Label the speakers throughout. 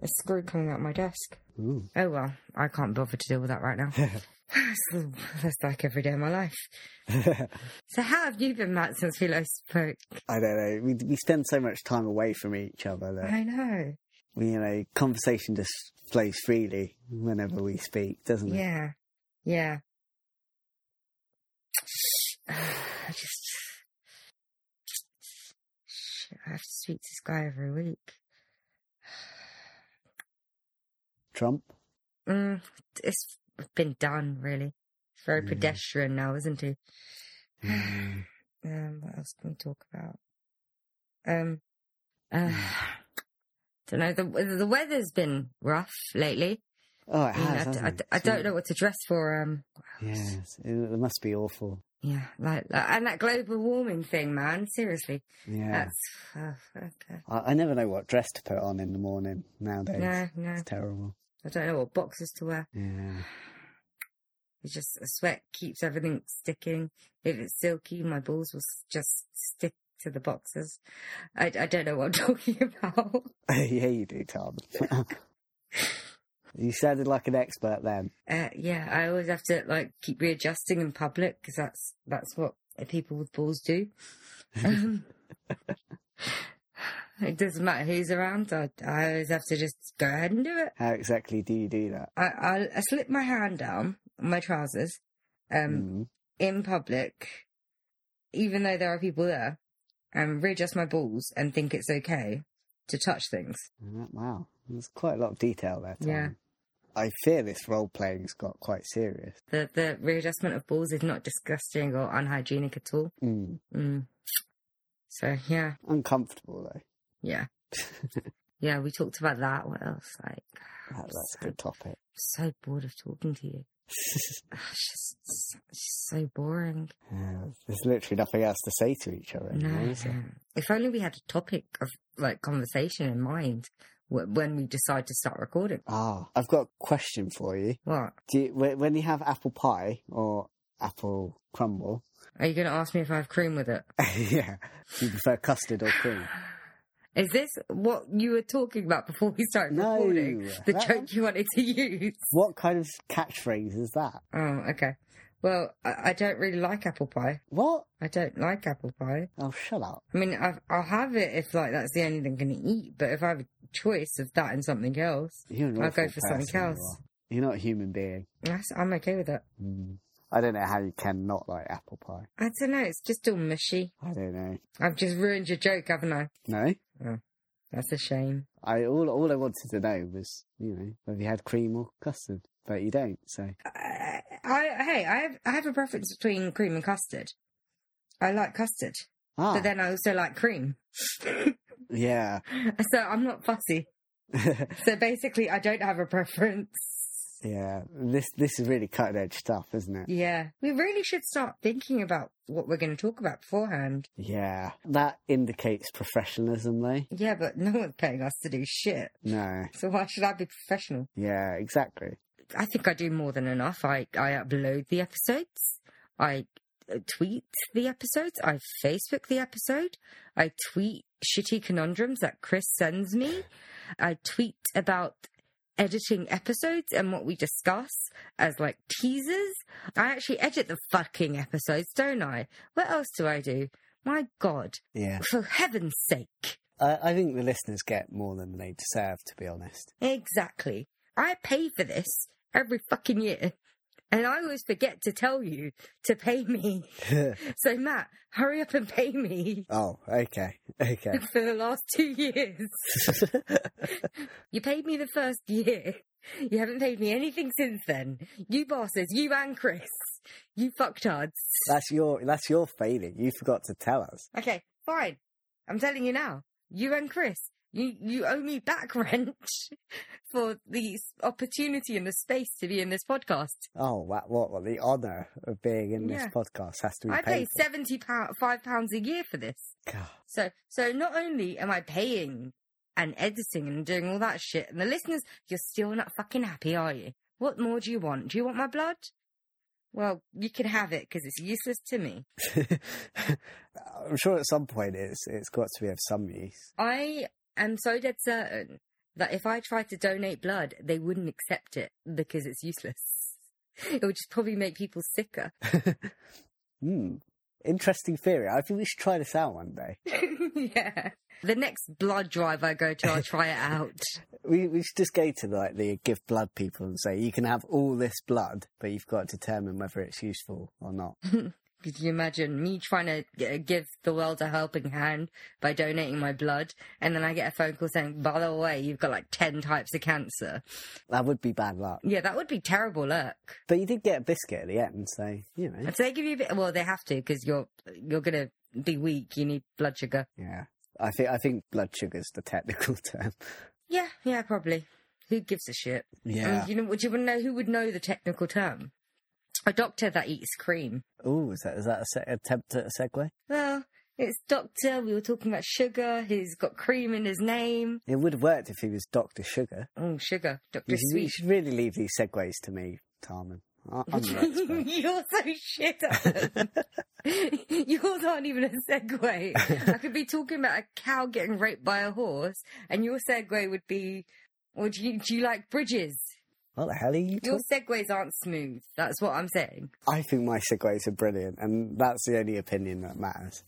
Speaker 1: There's glue coming out of my desk.
Speaker 2: Ooh.
Speaker 1: Oh well, I can't bother to deal with that right now. That's the- That's like every day of my life. so how have you been, Matt, since we last spoke?
Speaker 2: I don't know. We, we spend so much time away from each other that
Speaker 1: I know.
Speaker 2: we, you know, conversation just flows freely whenever we speak, doesn't it?
Speaker 1: Yeah. Yeah. I just. Shit, I have to speak to this guy every week.
Speaker 2: Trump.
Speaker 1: Mm, it's been done, really. It's very
Speaker 2: Mm.
Speaker 1: pedestrian now, isn't he?
Speaker 2: Mm.
Speaker 1: Um, what else can we talk about? Um, uh,
Speaker 2: Hmm.
Speaker 1: don't know. The the weather's been rough lately.
Speaker 2: Oh, it
Speaker 1: I, mean, I
Speaker 2: has.
Speaker 1: d-
Speaker 2: hasn't
Speaker 1: I
Speaker 2: it?
Speaker 1: d- I don't know what to dress for. Um,
Speaker 2: Yes, it, it must be awful.
Speaker 1: yeah, like, like and that global warming thing, man. Seriously,
Speaker 2: Yeah,
Speaker 1: that's oh, okay.
Speaker 2: I, I never know what dress to put on in the morning nowadays.
Speaker 1: No, no,
Speaker 2: It's terrible.
Speaker 1: I don't know what boxes to wear.
Speaker 2: Yeah.
Speaker 1: It's just the sweat keeps everything sticking. If it's silky, my balls will s- just stick to the boxes. I, I don't know what I'm talking about.
Speaker 2: yeah, you do, Tom. you sounded like an expert then.
Speaker 1: Uh, yeah, I always have to like keep readjusting in public because that's that's what people with balls do. Um, it doesn't matter who's around. I, I always have to just go ahead and do it.
Speaker 2: How exactly do you do that?
Speaker 1: I I, I slip my hand down my trousers, um,
Speaker 2: Mm.
Speaker 1: in public, even though there are people there, and readjust my balls and think it's okay to touch things.
Speaker 2: Wow, there's quite a lot of detail there, Tom.
Speaker 1: Yeah.
Speaker 2: I fear this role playing's got quite serious.
Speaker 1: The the readjustment of balls is not disgusting or unhygienic at all.
Speaker 2: Mm.
Speaker 1: Mm. So yeah,
Speaker 2: Uncomfortable though.
Speaker 1: yeah, yeah. We talked about that. What else? Like,
Speaker 2: That, that's a good topic.
Speaker 1: so bored of talking to you. Ah, It's just, it's just so boring.
Speaker 2: Yeah, there's literally nothing else to say to each other.
Speaker 1: No. um,
Speaker 2: anymore, is there?
Speaker 1: If only we had a topic of like conversation in mind wh- when we decide to start recording.
Speaker 2: Ah, I've got a question for you.
Speaker 1: What?
Speaker 2: Do you, wh- when you have apple pie or apple crumble,
Speaker 1: Are you going to ask me if I have cream with it?
Speaker 2: yeah, do you prefer custard or cream?
Speaker 1: Is this what you were talking about before we started
Speaker 2: No,
Speaker 1: recording? The
Speaker 2: that-
Speaker 1: joke you wanted to use.
Speaker 2: What kind of catchphrase is that?
Speaker 1: Oh, okay. Well, I, I don't really like apple pie.
Speaker 2: What?
Speaker 1: I don't like apple pie.
Speaker 2: Oh, shut up.
Speaker 1: I mean, I've, I'll have it if like that's the only thing I'm going to eat. But if I have a choice of that and something else,
Speaker 2: You're an
Speaker 1: I'll
Speaker 2: awful
Speaker 1: go for something
Speaker 2: person, you
Speaker 1: else.
Speaker 2: are. You're not a human being.
Speaker 1: that's- I'm okay with it.
Speaker 2: Mm. I don't know how you can not like apple pie.
Speaker 1: I don't know. It's just all mushy.
Speaker 2: I don't know.
Speaker 1: I've just ruined your joke, haven't I?
Speaker 2: No?
Speaker 1: That's a shame.
Speaker 2: I all all I wanted to know was, you know, whether you had cream or custard. But you don't, so
Speaker 1: I, I hey, I have I have a preference between cream and custard. I like custard,
Speaker 2: Ah
Speaker 1: but then I also like cream.
Speaker 2: Yeah.
Speaker 1: So I'm not fussy. So basically, I don't have a preference.
Speaker 2: yeah. This this is really cutting edge stuff, isn't it?
Speaker 1: Yeah, we really should start thinking about what we're going to talk about beforehand.
Speaker 2: Yeah. That indicates professionalism though.
Speaker 1: Yeah, but no one's paying us to do shit.
Speaker 2: No.
Speaker 1: So why should I be professional?
Speaker 2: Yeah, exactly.
Speaker 1: I think I do more than enough. I, I upload the episodes. I uh, tweet the episodes. I Facebook the episode. I tweet shitty conundrums that Chris sends me. I tweet about editing episodes and what we discuss as like teasers. I actually edit the fucking episodes, don't I? What else do I do? My God,
Speaker 2: Yeah.
Speaker 1: for heaven's sake.
Speaker 2: I, I think the listeners get more than they deserve, to be honest.
Speaker 1: Exactly. I pay for this every fucking year. And I always forget to tell you to pay me. So, Matt, hurry up and pay me
Speaker 2: oh, okay. Okay.
Speaker 1: for the last two years. You paid me the first year. You haven't paid me anything since then. You bosses, you and Chris, you fucktards.
Speaker 2: that's your that's your failing. You forgot to tell us.
Speaker 1: Okay, fine. I'm telling you now. You and Chris, you, you owe me back rent for the s- opportunity and the space to be in this podcast.
Speaker 2: Oh, what what, what the honour of being in
Speaker 1: Yeah.
Speaker 2: this podcast has to be
Speaker 1: I pay
Speaker 2: paid.
Speaker 1: seventy pound five pounds a year for this.
Speaker 2: for. God.
Speaker 1: So so not only am I paying and editing and doing all that shit, and the listeners, you're still not fucking happy, are you? What more do you want? Do you want my blood? Well, you can have it because it's useless to me.
Speaker 2: I'm sure at some point it's it's got to be of some use.
Speaker 1: I am so dead certain that if I tried to donate blood, they wouldn't accept it because it's useless. It would just probably make people sicker.
Speaker 2: Hmm. Interesting theory. I think we should try this out one day.
Speaker 1: yeah. The next blood drive I go to, I'll try it out.
Speaker 2: We we should just go to like the give blood people and say you can have all this blood, but you've got to determine whether it's useful or not.
Speaker 1: Could you imagine me trying to g- give the world a helping hand by donating my blood, and then I get a phone call saying, by the way, you've got like 10 types of cancer?
Speaker 2: That would be bad luck.
Speaker 1: Yeah, that would be terrible luck.
Speaker 2: But you did get a biscuit at the end, so you know.
Speaker 1: If they give you a bit, well, they have to because you're, you're going to be weak. You need blood sugar.
Speaker 2: Yeah. I think I think blood sugar's the technical term.
Speaker 1: Yeah, yeah, probably. Who gives a shit? I mean,
Speaker 2: Yeah.
Speaker 1: you know, would you want to know who would know the technical term? A doctor that eats cream.
Speaker 2: Oh, is that is that a se- attempt at a segue?
Speaker 1: Well, it's doctor. We were talking about sugar. He's got cream in his name.
Speaker 2: It would have worked if he was Doctor Sugar.
Speaker 1: Oh, sugar,
Speaker 2: You
Speaker 1: Doctor
Speaker 2: should, you
Speaker 1: Sweet.
Speaker 2: should really leave these segues to me, Tarman. I- I'm the expert.
Speaker 1: You're so shit at them. Yours aren't even a segue. I could be talking about a cow getting raped by a horse, and your segue would be, or do you, do you like bridges?
Speaker 2: What the hell are you
Speaker 1: Your
Speaker 2: talking?
Speaker 1: segues aren't smooth. That's what I'm saying.
Speaker 2: I think my segues are brilliant, and that's the only opinion that matters.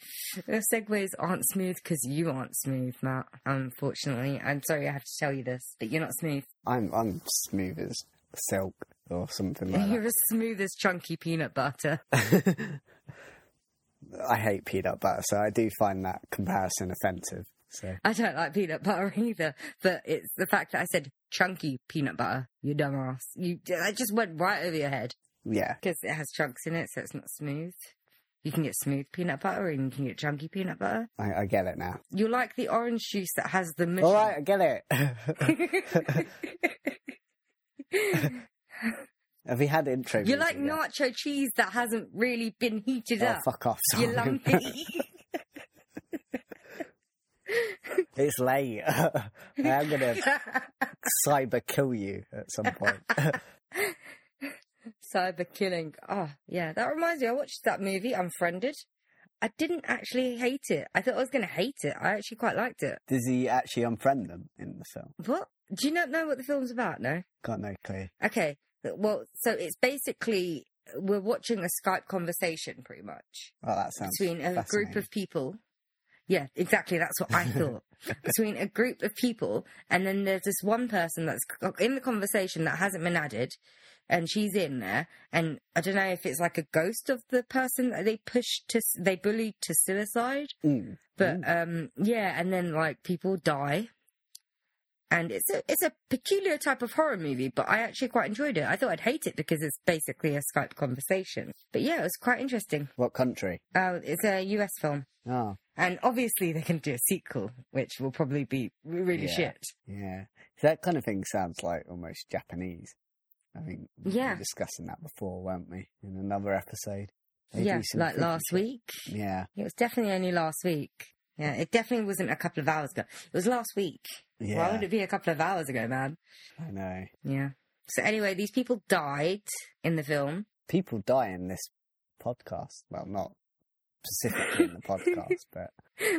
Speaker 1: Your segues aren't smooth because you aren't smooth, Matt. Unfortunately, I'm sorry I have to tell you this, but you're not smooth.
Speaker 2: I'm I'm smooth as silk or something like
Speaker 1: You're as smooth as chunky peanut butter.
Speaker 2: that. I hate peanut butter, so I do find that comparison offensive. So
Speaker 1: I don't like peanut butter either, but it's the fact that I said chunky peanut butter. You dumbass. You that just went right over your head
Speaker 2: yeah,
Speaker 1: because it has chunks in it, so it's not smooth. You can get smooth peanut butter and you can get chunky peanut butter.
Speaker 2: I, I get it now.
Speaker 1: You like the orange juice that has the mush.
Speaker 2: All right, I get it. Have we had intro?
Speaker 1: you
Speaker 2: music
Speaker 1: like
Speaker 2: yet?
Speaker 1: nacho cheese that hasn't really been heated
Speaker 2: Oh,
Speaker 1: up.
Speaker 2: fuck off!
Speaker 1: You
Speaker 2: Simon.
Speaker 1: lumpy.
Speaker 2: It's late. I am gonna cyber kill you at some point.
Speaker 1: Cyber killing. Oh, yeah. That reminds me, I watched that movie, Unfriended. I didn't actually hate it. I thought I was going to hate it. I actually quite liked it.
Speaker 2: Does he actually unfriend them in the film?
Speaker 1: What? Do you not know what the film's about? No?
Speaker 2: Got no clue.
Speaker 1: Okay. Well, so it's basically we're watching a Skype conversation pretty much
Speaker 2: Oh, that sounds
Speaker 1: between a group
Speaker 2: fascinating.
Speaker 1: of people. Yeah, exactly. That's what I thought. between a group of people, and then there's this one person that's c- in the conversation that hasn't been added, and she's in there. And I don't know if it's like a ghost of the person that they pushed to, s- they bullied to suicide.
Speaker 2: Mm.
Speaker 1: But um, yeah, and then like people die, and it's a it's a peculiar type of horror movie. But I actually quite enjoyed it. I thought I'd hate it because it's basically a Skype conversation. But yeah, it was quite interesting.
Speaker 2: What country?
Speaker 1: Uh, it's a US film,
Speaker 2: Oh,
Speaker 1: and obviously they're going to do a sequel, which will probably be really
Speaker 2: Yeah.
Speaker 1: shit.
Speaker 2: yeah. That kind of thing sounds like almost Japanese. I think we
Speaker 1: Yeah.
Speaker 2: were discussing that before, weren't we? In another episode. They do
Speaker 1: yeah,
Speaker 2: some
Speaker 1: like
Speaker 2: freaky
Speaker 1: last
Speaker 2: shit.
Speaker 1: week.
Speaker 2: Yeah,
Speaker 1: It was definitely only last week. Yeah, it definitely wasn't a couple of hours ago. It was last week. Why
Speaker 2: yeah.
Speaker 1: would it be a couple of hours ago, man?
Speaker 2: I know.
Speaker 1: Yeah. So anyway, these people died in the film.
Speaker 2: People die in this podcast. Well, not specifically in the podcast, but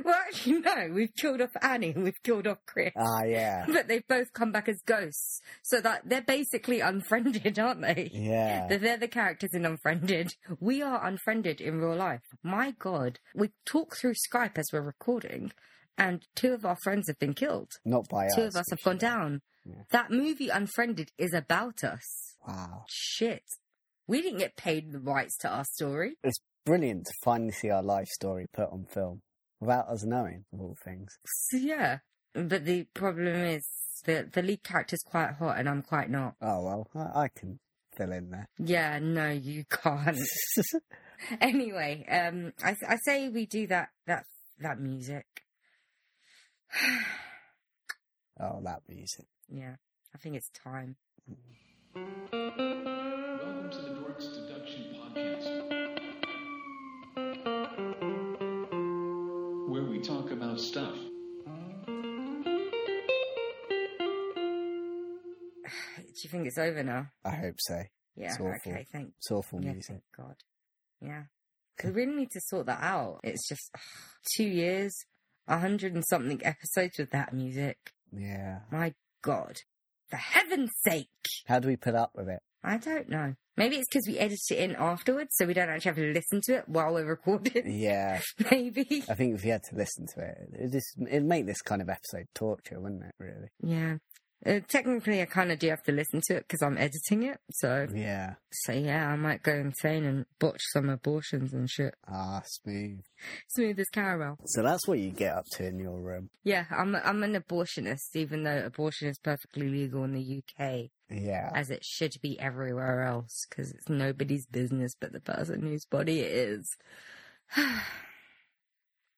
Speaker 1: Well, actually, no. We've killed off Annie and we've killed off Chris.
Speaker 2: ah, yeah,
Speaker 1: But they've both come back as ghosts. So that they're basically unfriended, aren't they?
Speaker 2: yeah.
Speaker 1: They're- They're the characters in Unfriended. We are unfriended in real life. My God. We talk through Skype as we're recording, and two of our friends have been killed.
Speaker 2: Not by us.
Speaker 1: two of us have gone
Speaker 2: we should-
Speaker 1: down.
Speaker 2: Yeah.
Speaker 1: That movie Unfriended is about us.
Speaker 2: Wow.
Speaker 1: Shit. We didn't get paid the rights to our story.
Speaker 2: Brilliant to finally see our life story put on film without us knowing, of all things.
Speaker 1: So, yeah. But the problem is that the lead character's quite hot and I'm quite not.
Speaker 2: Oh, well, I, I can fill in there.
Speaker 1: Yeah, no, you can't. anyway, um, I, I say we do that, that, that music.
Speaker 2: oh, that music.
Speaker 1: Yeah. I think it's time.
Speaker 3: Welcome to the Dorks Deduction Podcast, where we talk about stuff.
Speaker 1: Do you think it's over now?
Speaker 2: I hope so.
Speaker 1: Yeah.
Speaker 2: It's awful.
Speaker 1: Okay. Thank.
Speaker 2: It's awful
Speaker 1: Yeah.
Speaker 2: music.
Speaker 1: Thank God. Yeah. We really need to sort that out. It's just two years, a hundred and something episodes with that music.
Speaker 2: Yeah.
Speaker 1: My God, for heaven's sake.
Speaker 2: How do we put up with it?
Speaker 1: I don't know. Maybe it's because we edit it in afterwards, so we don't actually have to listen to it while we're recording.
Speaker 2: Yeah,
Speaker 1: Maybe.
Speaker 2: I think if you had to listen to it, it just it'd make this kind of episode torture, wouldn't it? Really?
Speaker 1: Yeah. Uh, technically, I kind of do have to listen to it because I'm editing it. So,
Speaker 2: Yeah.
Speaker 1: so yeah, I might go insane and botch some abortions and shit.
Speaker 2: Ah, smooth.
Speaker 1: Smooth as caramel.
Speaker 2: So that's what you get up to in your room.
Speaker 1: Yeah, I'm I'm an abortionist, even though abortion is perfectly legal in the UK,
Speaker 2: Yeah.
Speaker 1: as it should be everywhere else, because it's nobody's business but the person whose body it is.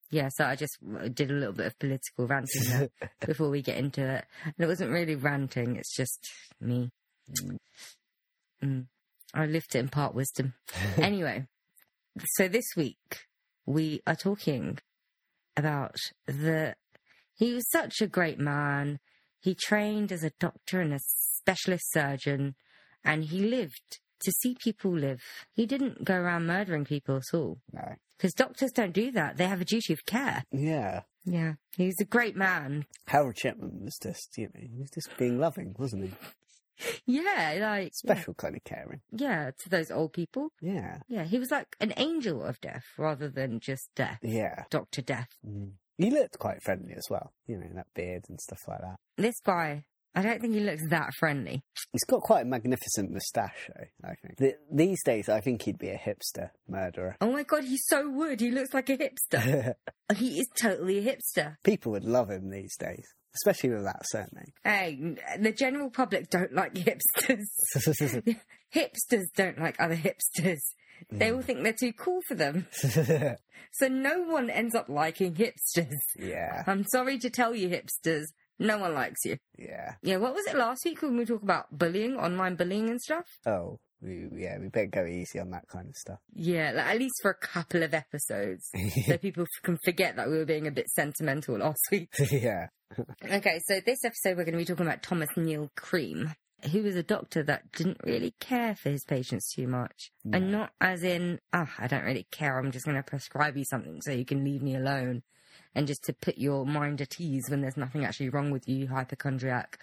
Speaker 1: yeah, so I just did a little bit of political ranting there before we get into it, and it wasn't really ranting; it's just me. Mm. I lived to impart wisdom. anyway, so this week we are talking about the. He was such a great man. He trained as a doctor and a specialist surgeon, and he lived to see people live. He didn't go around murdering people at all.
Speaker 2: no.
Speaker 1: Because doctors don't do that. They have a duty of care.
Speaker 2: Yeah.
Speaker 1: Yeah. He was a great man.
Speaker 2: Harold Chipman was just, you know, he was just being loving, wasn't he?
Speaker 1: Yeah, like,
Speaker 2: Special kind of caring.
Speaker 1: yeah, to those old people.
Speaker 2: Yeah.
Speaker 1: Yeah, he was like an angel of death rather than just death.
Speaker 2: Yeah.
Speaker 1: Dr. Death.
Speaker 2: Mm. He looked quite friendly as well, you know, that beard and stuff like that.
Speaker 1: This guy, I don't think he looks that friendly.
Speaker 2: He's got quite a magnificent moustache, though, I think. Th- these days, I think he'd be a hipster murderer.
Speaker 1: Oh my god, he's so wood. He looks like a hipster. he is totally a hipster.
Speaker 2: People would love him these days, especially with that surname.
Speaker 1: Hey, n- the general public don't like hipsters. hipsters don't like other hipsters. They all think they're too cool for them. So no one ends up liking hipsters.
Speaker 2: yeah,
Speaker 1: I'm sorry to tell you, hipsters, no one likes you.
Speaker 2: yeah.
Speaker 1: Yeah, what was it last week when we talked about bullying, online bullying and stuff?
Speaker 2: Oh, we, yeah, we better go easy on that kind of stuff.
Speaker 1: Yeah, like at least for a couple of episodes, so people f- can forget that we were being a bit sentimental last week.
Speaker 2: yeah.
Speaker 1: Okay, so this episode we're going to be talking about Thomas Neil Cream, who was a doctor that didn't really care for his patients too much, and not as in, oh, I don't really care. I'm just going to prescribe you something so you can leave me alone, and just to put your mind at ease when there's nothing actually wrong with you, you hypochondriac.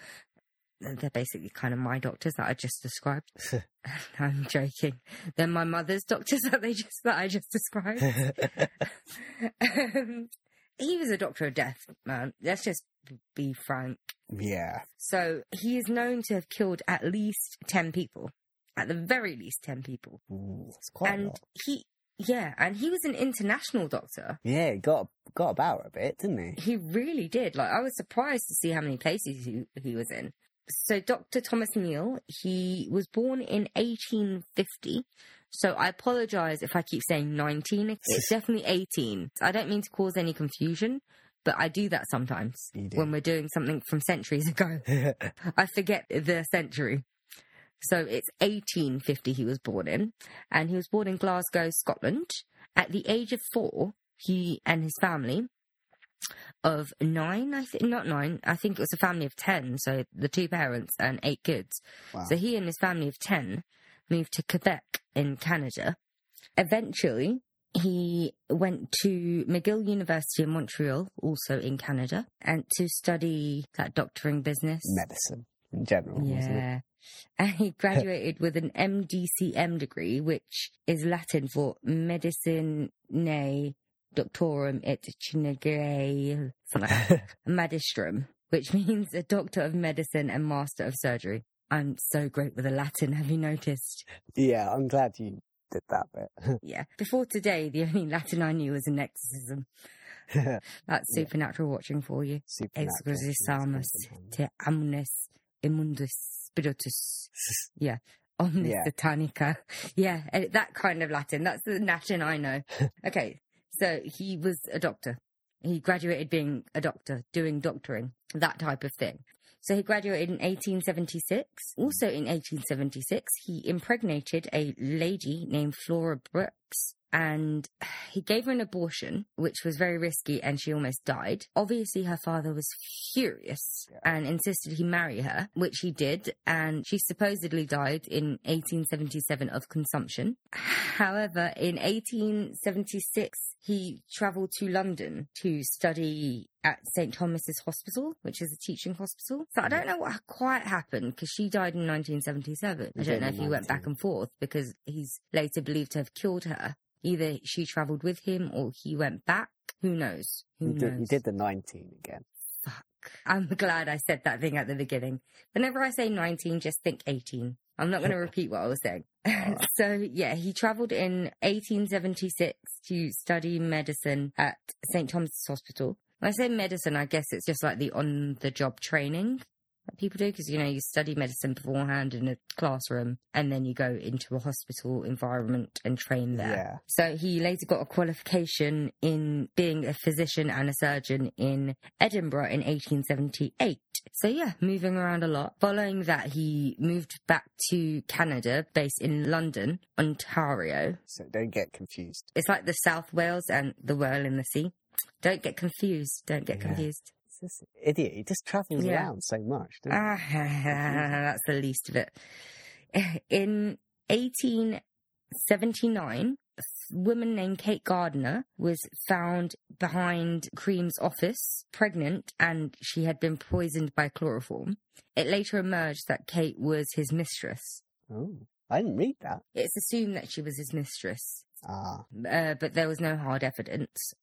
Speaker 1: They're basically kind of my doctors that I just described. I'm joking. They're my mother's doctors that they just that I just described. um, he was a doctor of death, man. Let's just be frank.
Speaker 2: Yeah.
Speaker 1: So he is known to have killed at least 10 people, at the very least 10 people.
Speaker 2: Ooh, it's quite a
Speaker 1: and
Speaker 2: lot.
Speaker 1: he, yeah, and he was an international doctor.
Speaker 2: Yeah, he got got about a bit, didn't he?
Speaker 1: He really did. Like, I was surprised to see how many places he, he was in. So, Dr. Thomas Neal, he was born in 1850. So, I apologize if I keep saying 19. It's definitely 18. I don't mean to cause any confusion, but I do that sometimes
Speaker 2: You do.
Speaker 1: when we're doing something from centuries ago. I forget the century. So it's 1850 he was born in, and he was born in Glasgow, Scotland. At the age of four, he and his family of nine, I think, not nine, I think it was a family of ten, so the two parents and eight kids.
Speaker 2: Wow.
Speaker 1: So he and his family of ten moved to Quebec in Canada. Eventually, he went to McGill University in Montreal, also in Canada, and to study that doctoring business.
Speaker 2: Medicine in general, wasn't it?
Speaker 1: Yeah. And he graduated with an MDCM degree, which is Latin for Medicinae Doctorum et Cinigae Magistrum, which means a doctor of medicine and master of surgery. I'm so great with the Latin, have you noticed?
Speaker 2: Yeah, I'm glad you did that bit.
Speaker 1: Yeah. Before today, the only Latin I knew was an exorcism. That's supernatural watching for you.
Speaker 2: Supernatural.
Speaker 1: Exorcisamus te omnes immundus spiritus. Yeah. Omnis
Speaker 2: Yeah.
Speaker 1: Satanica. Yeah, eh, that kind of Latin. That's the Latin I know. okay. So he was a doctor. He graduated being a doctor, doing doctoring, that type of thing. So he graduated in 1876. Also in 1876, he impregnated a lady named Flora Brooke, weeks and he gave her an abortion, which was very risky, and she almost died. Obviously, her father was furious and insisted he marry her, which he did, and she supposedly died in 1877 of consumption. However, in 1876, he travelled to London to study at St Thomas's Hospital, which is a teaching hospital. So I don't know what quite happened because she died in 1977. I
Speaker 2: You
Speaker 1: don't
Speaker 2: don't
Speaker 1: know if he went
Speaker 2: know.
Speaker 1: back and forth because he's later believed to have killed her. Either she travelled with him or he went back. Who knows? Who
Speaker 2: You
Speaker 1: knows?
Speaker 2: did, you did the 19 again.
Speaker 1: I'm glad I said that thing at the beginning. Whenever I say 19, just think 18. I'm not going to repeat what I was saying. so, yeah, he traveled in 1876 to study medicine at St. Thomas's Hospital. When I say medicine, I guess it's just like the on the job training that people do because, you know, you study medicine beforehand in a classroom and then you go into a hospital environment and train there.
Speaker 2: Yeah.
Speaker 1: So he later got a qualification in being a physician and a surgeon in Edinburgh in 1878. So yeah, moving around a lot. Following that, he moved back to Canada, based in London, Ontario.
Speaker 2: So don't get confused.
Speaker 1: It's like the South Wales and the Whirl in the Sea. Don't get confused. Don't get
Speaker 2: Yeah.
Speaker 1: confused.
Speaker 2: It's this idiot. He just travels
Speaker 1: Yeah.
Speaker 2: around so much. Doesn't he?
Speaker 1: Ah, that's the least of it. In 1879, a woman named Kate Gardner was found behind Cream's office, pregnant, and she had been poisoned by chloroform. It later emerged that Kate was his mistress.
Speaker 2: Oh, I didn't read that.
Speaker 1: It's assumed that she was his mistress,
Speaker 2: Ah,
Speaker 1: uh, but there was no hard evidence.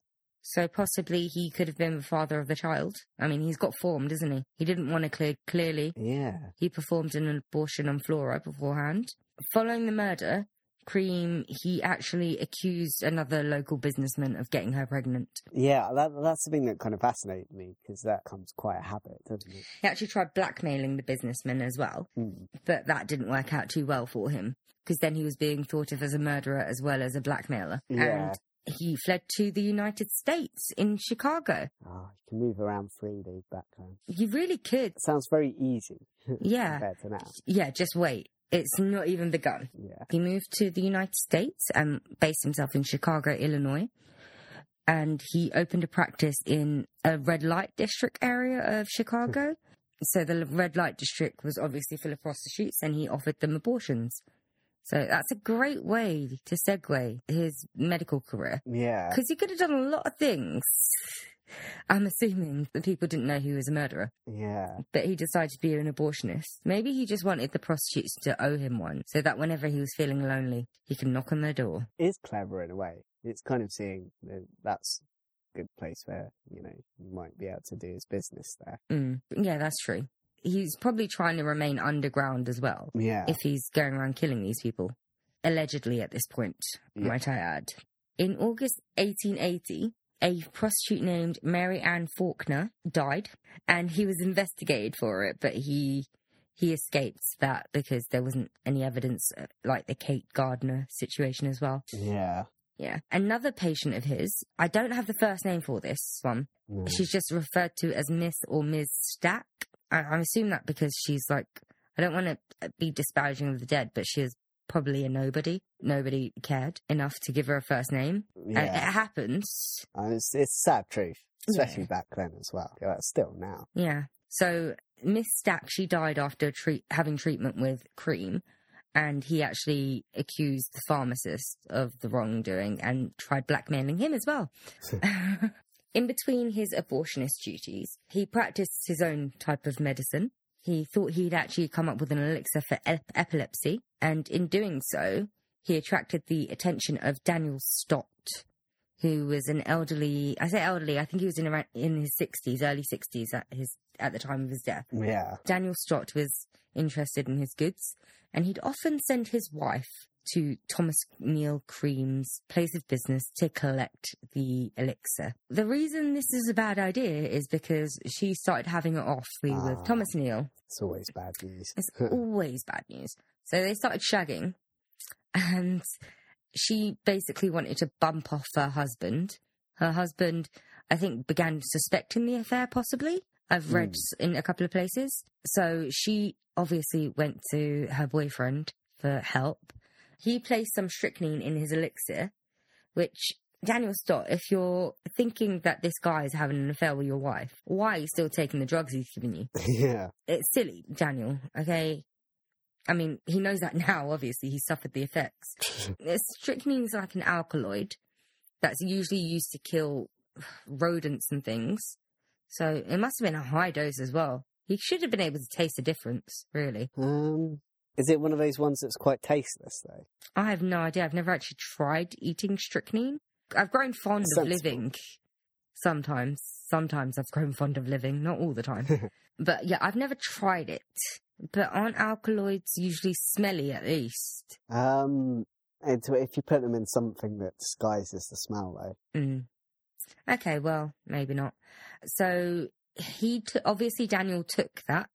Speaker 1: So possibly he could have been the father of the child. I mean, he's got formed, isn't he? He didn't want to clear clearly.
Speaker 2: yeah.
Speaker 1: He performed an abortion on Flora beforehand. Following the murder, Cream, he actually accused another local businessman of getting her pregnant.
Speaker 2: Yeah, that, that's the thing that kind of fascinated me because that comes quite a habit, doesn't it?
Speaker 1: He actually tried blackmailing the businessman as well,
Speaker 2: Mm.
Speaker 1: but that didn't work out too well for him because then he was being thought of as a murderer as well as a blackmailer.
Speaker 2: Yeah.
Speaker 1: And he fled to the United States in Chicago.
Speaker 2: Ah, you can move around freely back home.
Speaker 1: You really could.
Speaker 2: It sounds very easy
Speaker 1: Yeah.
Speaker 2: compared to now.
Speaker 1: Yeah, just wait. It's not even begun.
Speaker 2: Yeah.
Speaker 1: He moved to the United States and based himself in Chicago, Illinois. And he opened a practice in a red light district area of Chicago. so the l- red light district was obviously full of prostitutes and he offered them abortions. So that's a great way to segue his medical career.
Speaker 2: Yeah.
Speaker 1: Because he could have done a lot of things. I'm assuming that people didn't know he was a murderer
Speaker 2: Yeah.
Speaker 1: that he decided to be an abortionist. Maybe he just wanted the prostitutes to owe him one so that whenever he was feeling lonely, he could knock on their door.
Speaker 2: It is clever in a way. It's kind of seeing that that's a good place where, you know, you might be able to do his business there.
Speaker 1: Mm. Yeah, that's true. He's probably trying to remain underground as well
Speaker 2: Yeah.
Speaker 1: if he's going around killing these people. Allegedly, at this point,
Speaker 2: Yeah.
Speaker 1: might I add. In August 1880, a prostitute named Mary Ann Faulkner died, and he was investigated for it, but he he escaped that because there wasn't any evidence uh, like the Kate Gardner situation as well.
Speaker 2: Yeah.
Speaker 1: Yeah. Another patient of his, I don't have the first name for this one.
Speaker 2: No.
Speaker 1: She's just referred to as Miss or Ms. Stack. I, I assume that because she's like, I don't want to be disparaging of the dead, but she is probably a nobody. Nobody cared enough to give her a first name. And
Speaker 2: Yeah.
Speaker 1: it happens.
Speaker 2: And it's, it's sad truth,
Speaker 1: Yeah.
Speaker 2: especially back then as well. Yeah, that's still now.
Speaker 1: Yeah. So Miss Stack, she died after treat, having treatment with cream, and he actually accused the pharmacist of the wrongdoing and tried blackmailing him as well. In between his abortionist duties, he practiced his own type of medicine. He thought he'd actually come up with an elixir for ep- epilepsy, and in doing so, he attracted the attention of Daniel Stott, who was an elderly. I say elderly. I think he was in around in his sixties, early sixties at his at the time of his death.
Speaker 2: Yeah.
Speaker 1: Daniel Stott was interested in his goods, and he'd often send his wife to Thomas Neal Cream's place of business to collect the elixir. The reason this is a bad idea is because she started having it off with
Speaker 2: Ah.
Speaker 1: Thomas Neal,
Speaker 2: It's always bad news.
Speaker 1: it's always bad news. So they started shagging, and she basically wanted to bump off her husband. Her husband, I think, began suspecting the affair, possibly. I've read s in a couple of places. So she obviously went to her boyfriend for help. He placed some strychnine in his elixir, which Daniel Stott, if you're thinking that this guy is having an affair with your wife, why are you still taking the drugs he's giving you?
Speaker 2: yeah.
Speaker 1: It's silly, Daniel, okay? I mean, he knows that now, obviously, he suffered the effects. Uh, Strychnine is like an alkaloid that's usually used to kill rodents and things. So it must have been a high dose as well. He should have been able to taste the difference, really.
Speaker 2: Um, is it one of those ones that's quite tasteless though?
Speaker 1: I have no idea. I've never actually tried eating strychnine. I've grown fond of
Speaker 2: Sensible.
Speaker 1: living. Sometimes. Sometimes I've grown fond of living. Not all the time. but yeah, I've never tried it. But aren't alkaloids usually smelly at least?
Speaker 2: Um, it's, if you put them in something that disguises the smell though.
Speaker 1: Mm. Okay, well, maybe not. So he t- obviously Daniel took that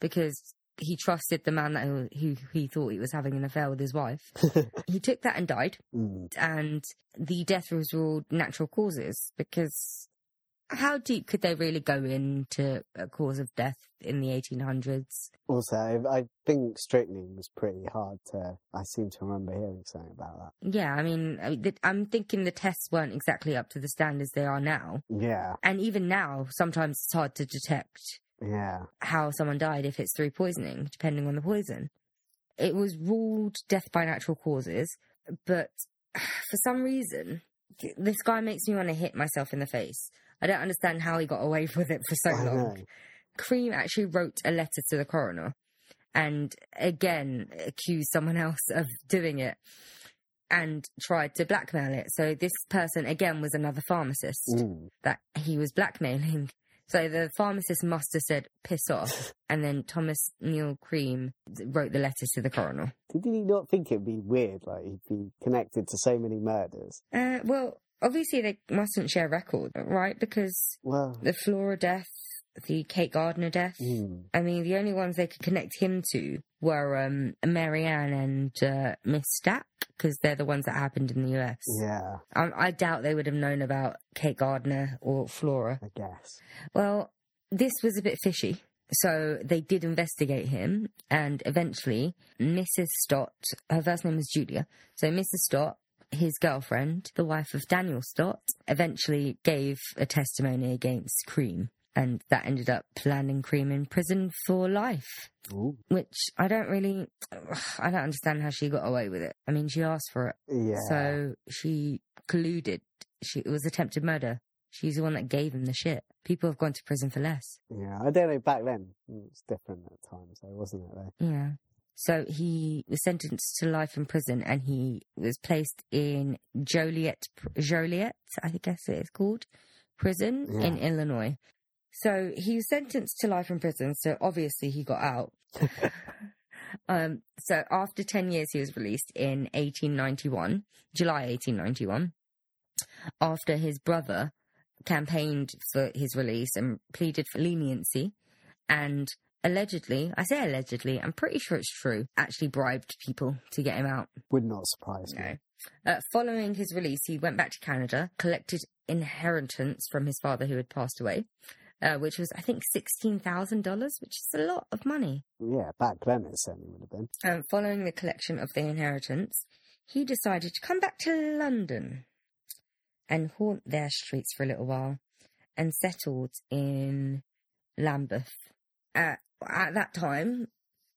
Speaker 1: because he trusted the man that who, who he thought he was having an affair with his wife. he took that and died,
Speaker 2: Mm.
Speaker 1: and the death was ruled natural causes because how deep could they really go into a cause of death in the 1800s?
Speaker 2: Also, I, I think strychnine was pretty hard to. I seem to remember hearing something about
Speaker 1: Yeah, I mean, I- th- I'm thinking the tests weren't exactly up to the standards they are now.
Speaker 2: that. Yeah,
Speaker 1: And even now, sometimes it's hard to detect
Speaker 2: yeah.
Speaker 1: how someone died if it's through poisoning, depending on the poison. It was ruled death by natural causes, but for some reason, this guy makes me want to hit myself in the face. I don't understand how he got away with it for so
Speaker 2: I know.
Speaker 1: long. Cream actually wrote a letter to the coroner and again accused someone else of doing it and tried to blackmail it. So this person again was another pharmacist
Speaker 2: Mm.
Speaker 1: that he was blackmailing. So the pharmacist must have said, piss off. And then Thomas Neil Cream wrote the letter to the coroner.
Speaker 2: Did he not think it'd be weird? Like he'd be connected to so many murders.
Speaker 1: Uh, well, obviously they mustn't share record, right? Because
Speaker 2: Well,
Speaker 1: the Flora death, the Kate Gardner death.
Speaker 2: mm.
Speaker 1: I mean, the only ones they could connect him to were um, Marianne and uh, Miss Stack, because they're the ones that happened in the US.
Speaker 2: yeah,
Speaker 1: Um, I doubt they would have known about Kate Gardner or Flora.
Speaker 2: I guess.
Speaker 1: Well, this was a bit fishy. So they did investigate him, and eventually, Mrs. Stott, her first name was Julia. So Mrs. Stott, his girlfriend, the wife of Daniel Stott, eventually gave a testimony against Cream. And that ended up landing Cream in prison for life,
Speaker 2: Ooh.
Speaker 1: which I don't really, I don't understand how she got away with it. I mean, she asked for it.
Speaker 2: Yeah.
Speaker 1: So she colluded. She it was attempted murder. She's the one that gave him the shit. People have gone to prison for less.
Speaker 2: Yeah, I don't know. Back then, it was different at times, though, wasn't it? Though?
Speaker 1: Yeah. So he was sentenced to life in prison, and he was placed in Joliet, Joliet, I think that's it it's called, prison in Illinois. So he was sentenced to life in prison. So obviously he got out. um. So after ten years, he was released in 1891, July 1891, after his brother campaigned for his release and pleaded for leniency, and allegedly, I say allegedly, I'm pretty sure it's true, actually bribed people to get him out.
Speaker 2: Would not surprise me.
Speaker 1: No. Uh, following his release, he went back to Canada, collected inheritance from his father who had passed away, uh, which was, I think, $16,000, which is a lot of money.
Speaker 2: Yeah, back then it certainly would have been.
Speaker 1: Um, following the collection of the inheritance, he decided to come back to London and haunt their streets for a little while and settled in Lambeth. Uh, at that time,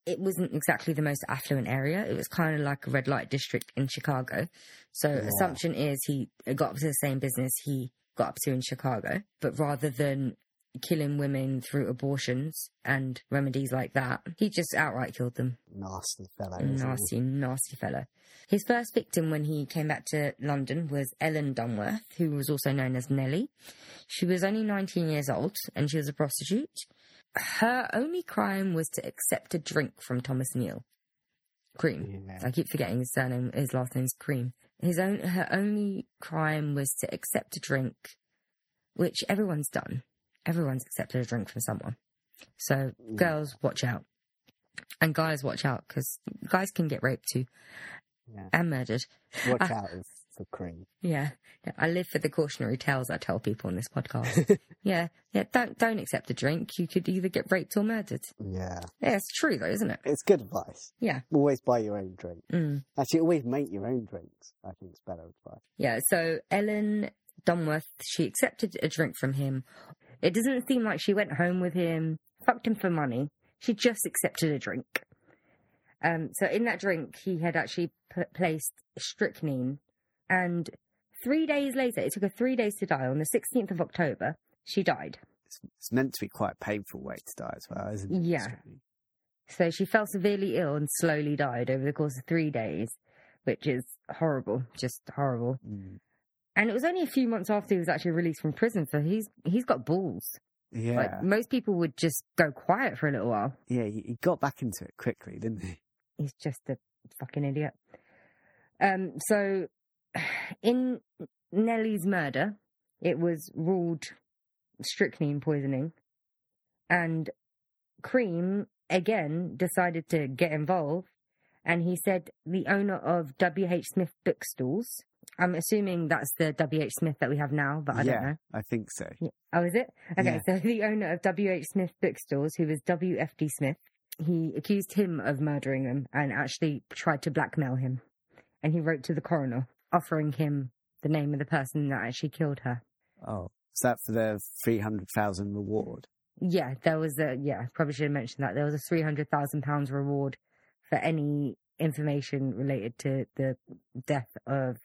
Speaker 1: it wasn't exactly the most affluent area. It was kind of like a red light district in Chicago. So,
Speaker 2: Yeah.
Speaker 1: assumption is he got up to the same business he got up to in Chicago, but rather than killing women through abortions and remedies like that, he just outright killed them.
Speaker 2: Nasty fellow. isn't he?
Speaker 1: Nasty, nasty fellow. His first victim when he came back to London was Ellen Dunworth, who was also known as Nellie. She was only 19 years old and she was a prostitute. Her only crime was to accept a drink from Thomas Neal. Cream.
Speaker 2: Yeah.
Speaker 1: I keep forgetting his surname, his last name's Cream. His own, her only crime was to accept a drink, which everyone's done. Everyone's accepted a drink from someone. So
Speaker 2: Mm.
Speaker 1: girls, watch out. And guys, watch out because guys can get raped too
Speaker 2: Yeah.
Speaker 1: and murdered.
Speaker 2: Watch out if for cream.
Speaker 1: Yeah. Yeah, I live for the cautionary tales I tell people on this podcast. yeah. Yeah. Don't don't accept a drink. You could either get raped or murdered.
Speaker 2: Yeah.
Speaker 1: Yeah, it's true though, isn't it?
Speaker 2: It's good advice.
Speaker 1: Yeah.
Speaker 2: Always buy your own drink.
Speaker 1: Mm.
Speaker 2: Actually, always make your own drinks. I think it's better advice.
Speaker 1: Yeah, so Ellen Dunworth, she accepted a drink from him. It doesn't seem like she went home with him, fucked him for money. She just accepted a drink. Um, so in that drink, he had actually p- placed strychnine. And three days later, it took her three days to die. On the 16th of October, she died.
Speaker 2: It's, it's meant to be quite a painful way to die as well, isn't it?
Speaker 1: Yeah.
Speaker 2: Strychnine?
Speaker 1: So she fell severely ill and slowly died over the course of three days, which is horrible, just horrible.
Speaker 2: Mm.
Speaker 1: And it was only a few months after he was actually released from prison, so he's he's got balls.
Speaker 2: mm, Yeah.
Speaker 1: Like most people would just go quiet for a little while.
Speaker 2: yeah, he he got back into it quickly, didn't he?
Speaker 1: He's just a fucking idiot. Um, so in Nellie's murder, it was ruled strychnine poisoning, and Cream again decided to get involved, and he said the owner of W. H. Smith Bookstores. I'm assuming that's the W. H. Smith that we have now, but I
Speaker 2: yeah,
Speaker 1: don't know.
Speaker 2: I think so.
Speaker 1: Oh, is it? Okay,
Speaker 2: Yeah.
Speaker 1: so the owner of W.H. Smith Bookstores, who was W.F.D. Smith, he accused him of murdering them and actually tried to blackmail him. And he wrote to the coroner, offering him the name of the person that actually killed her.
Speaker 2: Oh, is that for the 300,000 reward?
Speaker 1: Yeah, there was a, yeah, probably should have mentioned that. There was a £300,000 reward for any information related to the death of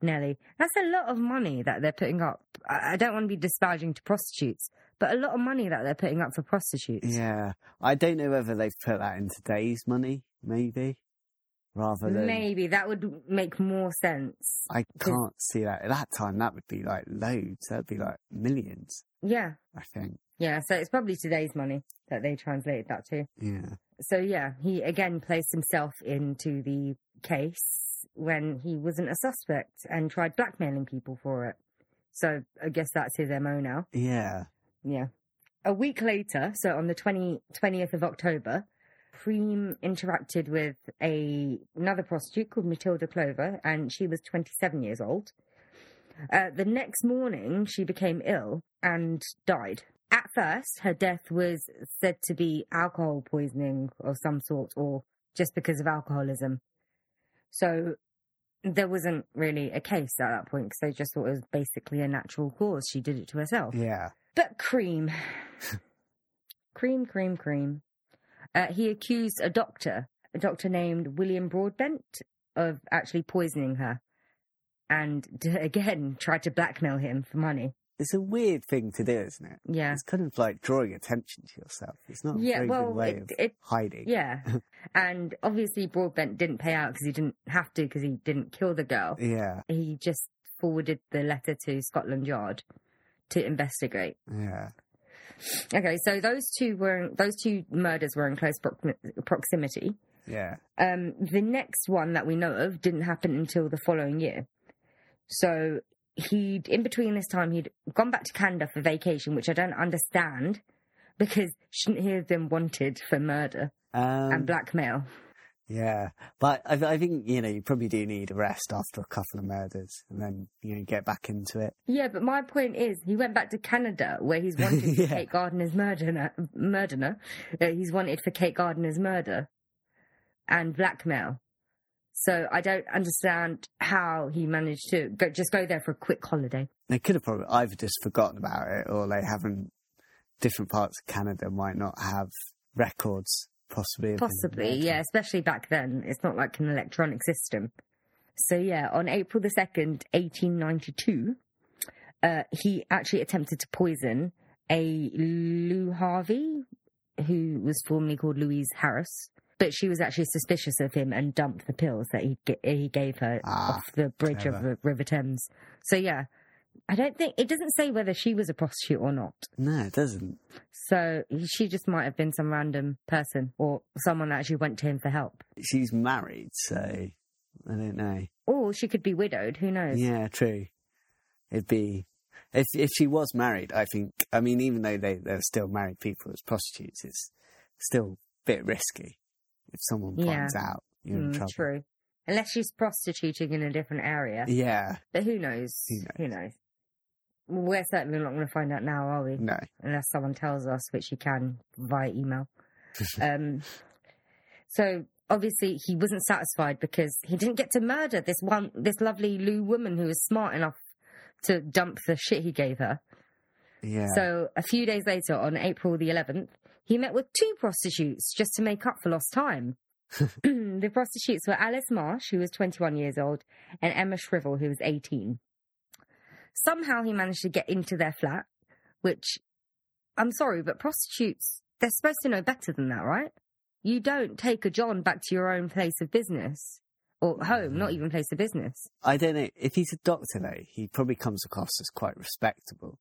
Speaker 1: Nellie. That's a lot of money that they're putting up. I I don't want to be disparaging to prostitutes, but a lot of money that they're putting up for prostitutes.
Speaker 2: Yeah. I don't know whether they've put that in today's money, maybe, rather than.
Speaker 1: Maybe that would make more sense.
Speaker 2: I can't see that. At that time, that would be like loads. That would be like millions,
Speaker 1: Yeah.
Speaker 2: I think.
Speaker 1: Yeah. So it's probably today's money that they translated that to.
Speaker 2: Yeah.
Speaker 1: So yeah, he again placed himself into the case when he wasn't a suspect and tried blackmailing people for it. So I guess that's his MO now.
Speaker 2: Yeah.
Speaker 1: Yeah. A week later, so on the 20, 20th of October, Preem interacted with a, another prostitute called Matilda Clover, and she was 27 years old. Uh, the next morning, she became ill and died. At first, her death was said to be alcohol poisoning of some sort, or just because of alcoholism. So there wasn't really a case at that point because they just thought it was basically a natural cause. She did it to herself.
Speaker 2: Yeah.
Speaker 1: But cream. cream, cream, cream. Uh, he accused a doctor, a doctor named William Broadbent, of actually poisoning her and d- again tried to blackmail him for money.
Speaker 2: It's a weird thing to do, isn't it?
Speaker 1: Yeah.
Speaker 2: It's kind of like drawing attention to yourself. It's not a
Speaker 1: Yeah,
Speaker 2: very
Speaker 1: well,
Speaker 2: good way
Speaker 1: it-
Speaker 2: of
Speaker 1: it-
Speaker 2: hiding.
Speaker 1: Yeah. and obviously, Broadbent didn't pay out because he didn't have to because he didn't kill the girl.
Speaker 2: Yeah.
Speaker 1: He just forwarded the letter to Scotland Yard to investigate.
Speaker 2: Yeah.
Speaker 1: Okay, so those two were those two murders were in close proximi- proximity.
Speaker 2: Yeah.
Speaker 1: Um, the next one that we know of didn't happen until the following year. So he'd, in between this time, he'd gone back to Canada for vacation, which I don't understand because shouldn't he have been wanted for murder
Speaker 2: Um,
Speaker 1: and blackmail?
Speaker 2: Yeah, but I, I think you know you probably do need a rest after a couple of murders, and then you know get back into it.
Speaker 1: Yeah, but my point is, he went back to Canada where he's wanted for
Speaker 2: Yeah.
Speaker 1: Kate Gardner's murder. Murderer, uh, he's wanted for Kate Gardner's murder and blackmail. So I don't understand how he managed to go, just go there for a quick holiday.
Speaker 2: They could have probably either just forgotten about it, or they haven't. Different parts of Canada might not have records, possibly. of him
Speaker 1: Possibly,
Speaker 2: murdering.
Speaker 1: yeah, especially back then. It's not like an electronic system. So, yeah, on April the 2nd, 1892, uh, he actually attempted to poison a Lou Harvey, who was formerly called Louise Harris. But she was actually suspicious of him and dumped the pills that he g- he gave her
Speaker 2: Ah,
Speaker 1: off the bridge of
Speaker 2: clever.
Speaker 1: the River Thames. So yeah, I don't think it doesn't say whether she was a prostitute or not.
Speaker 2: No, it doesn't.
Speaker 1: So she just might have been some random person or someone that actually went to him for help.
Speaker 2: She's married, so I don't know.
Speaker 1: Or she could be widowed, who knows?
Speaker 2: Yeah, true. It'd be if if she was married. I think. I mean, even though they they're still married people as prostitutes, it's still a bit risky if someone
Speaker 1: Yeah.
Speaker 2: finds out. You're in
Speaker 1: Hmm,
Speaker 2: trouble.
Speaker 1: true. Unless she's prostituting in a different area.
Speaker 2: Yeah,
Speaker 1: But who knows?
Speaker 2: Who knows?
Speaker 1: Who knows? We're certainly not going to find out now, are we?
Speaker 2: no.
Speaker 1: unless someone tells us, which he can via email. um, so obviously he wasn't satisfied because he didn't get to murder this one, this lovely Lou woman who was smart enough to dump the shit he gave her.
Speaker 2: Yeah.
Speaker 1: So a few days later, on April the 11th, he met with two prostitutes just to make up for lost time. the prostitutes were Alice Marsh, who was 21 years old, and Emma Shrivel, who was 18. Somehow he managed to get into their flat, which I'm sorry, but prostitutes, they're supposed to know better than that, right? You don't take a John back to your own place of business or home, not even place of business.
Speaker 2: I don't know. If he's a doctor, though, he probably comes across as quite respectable.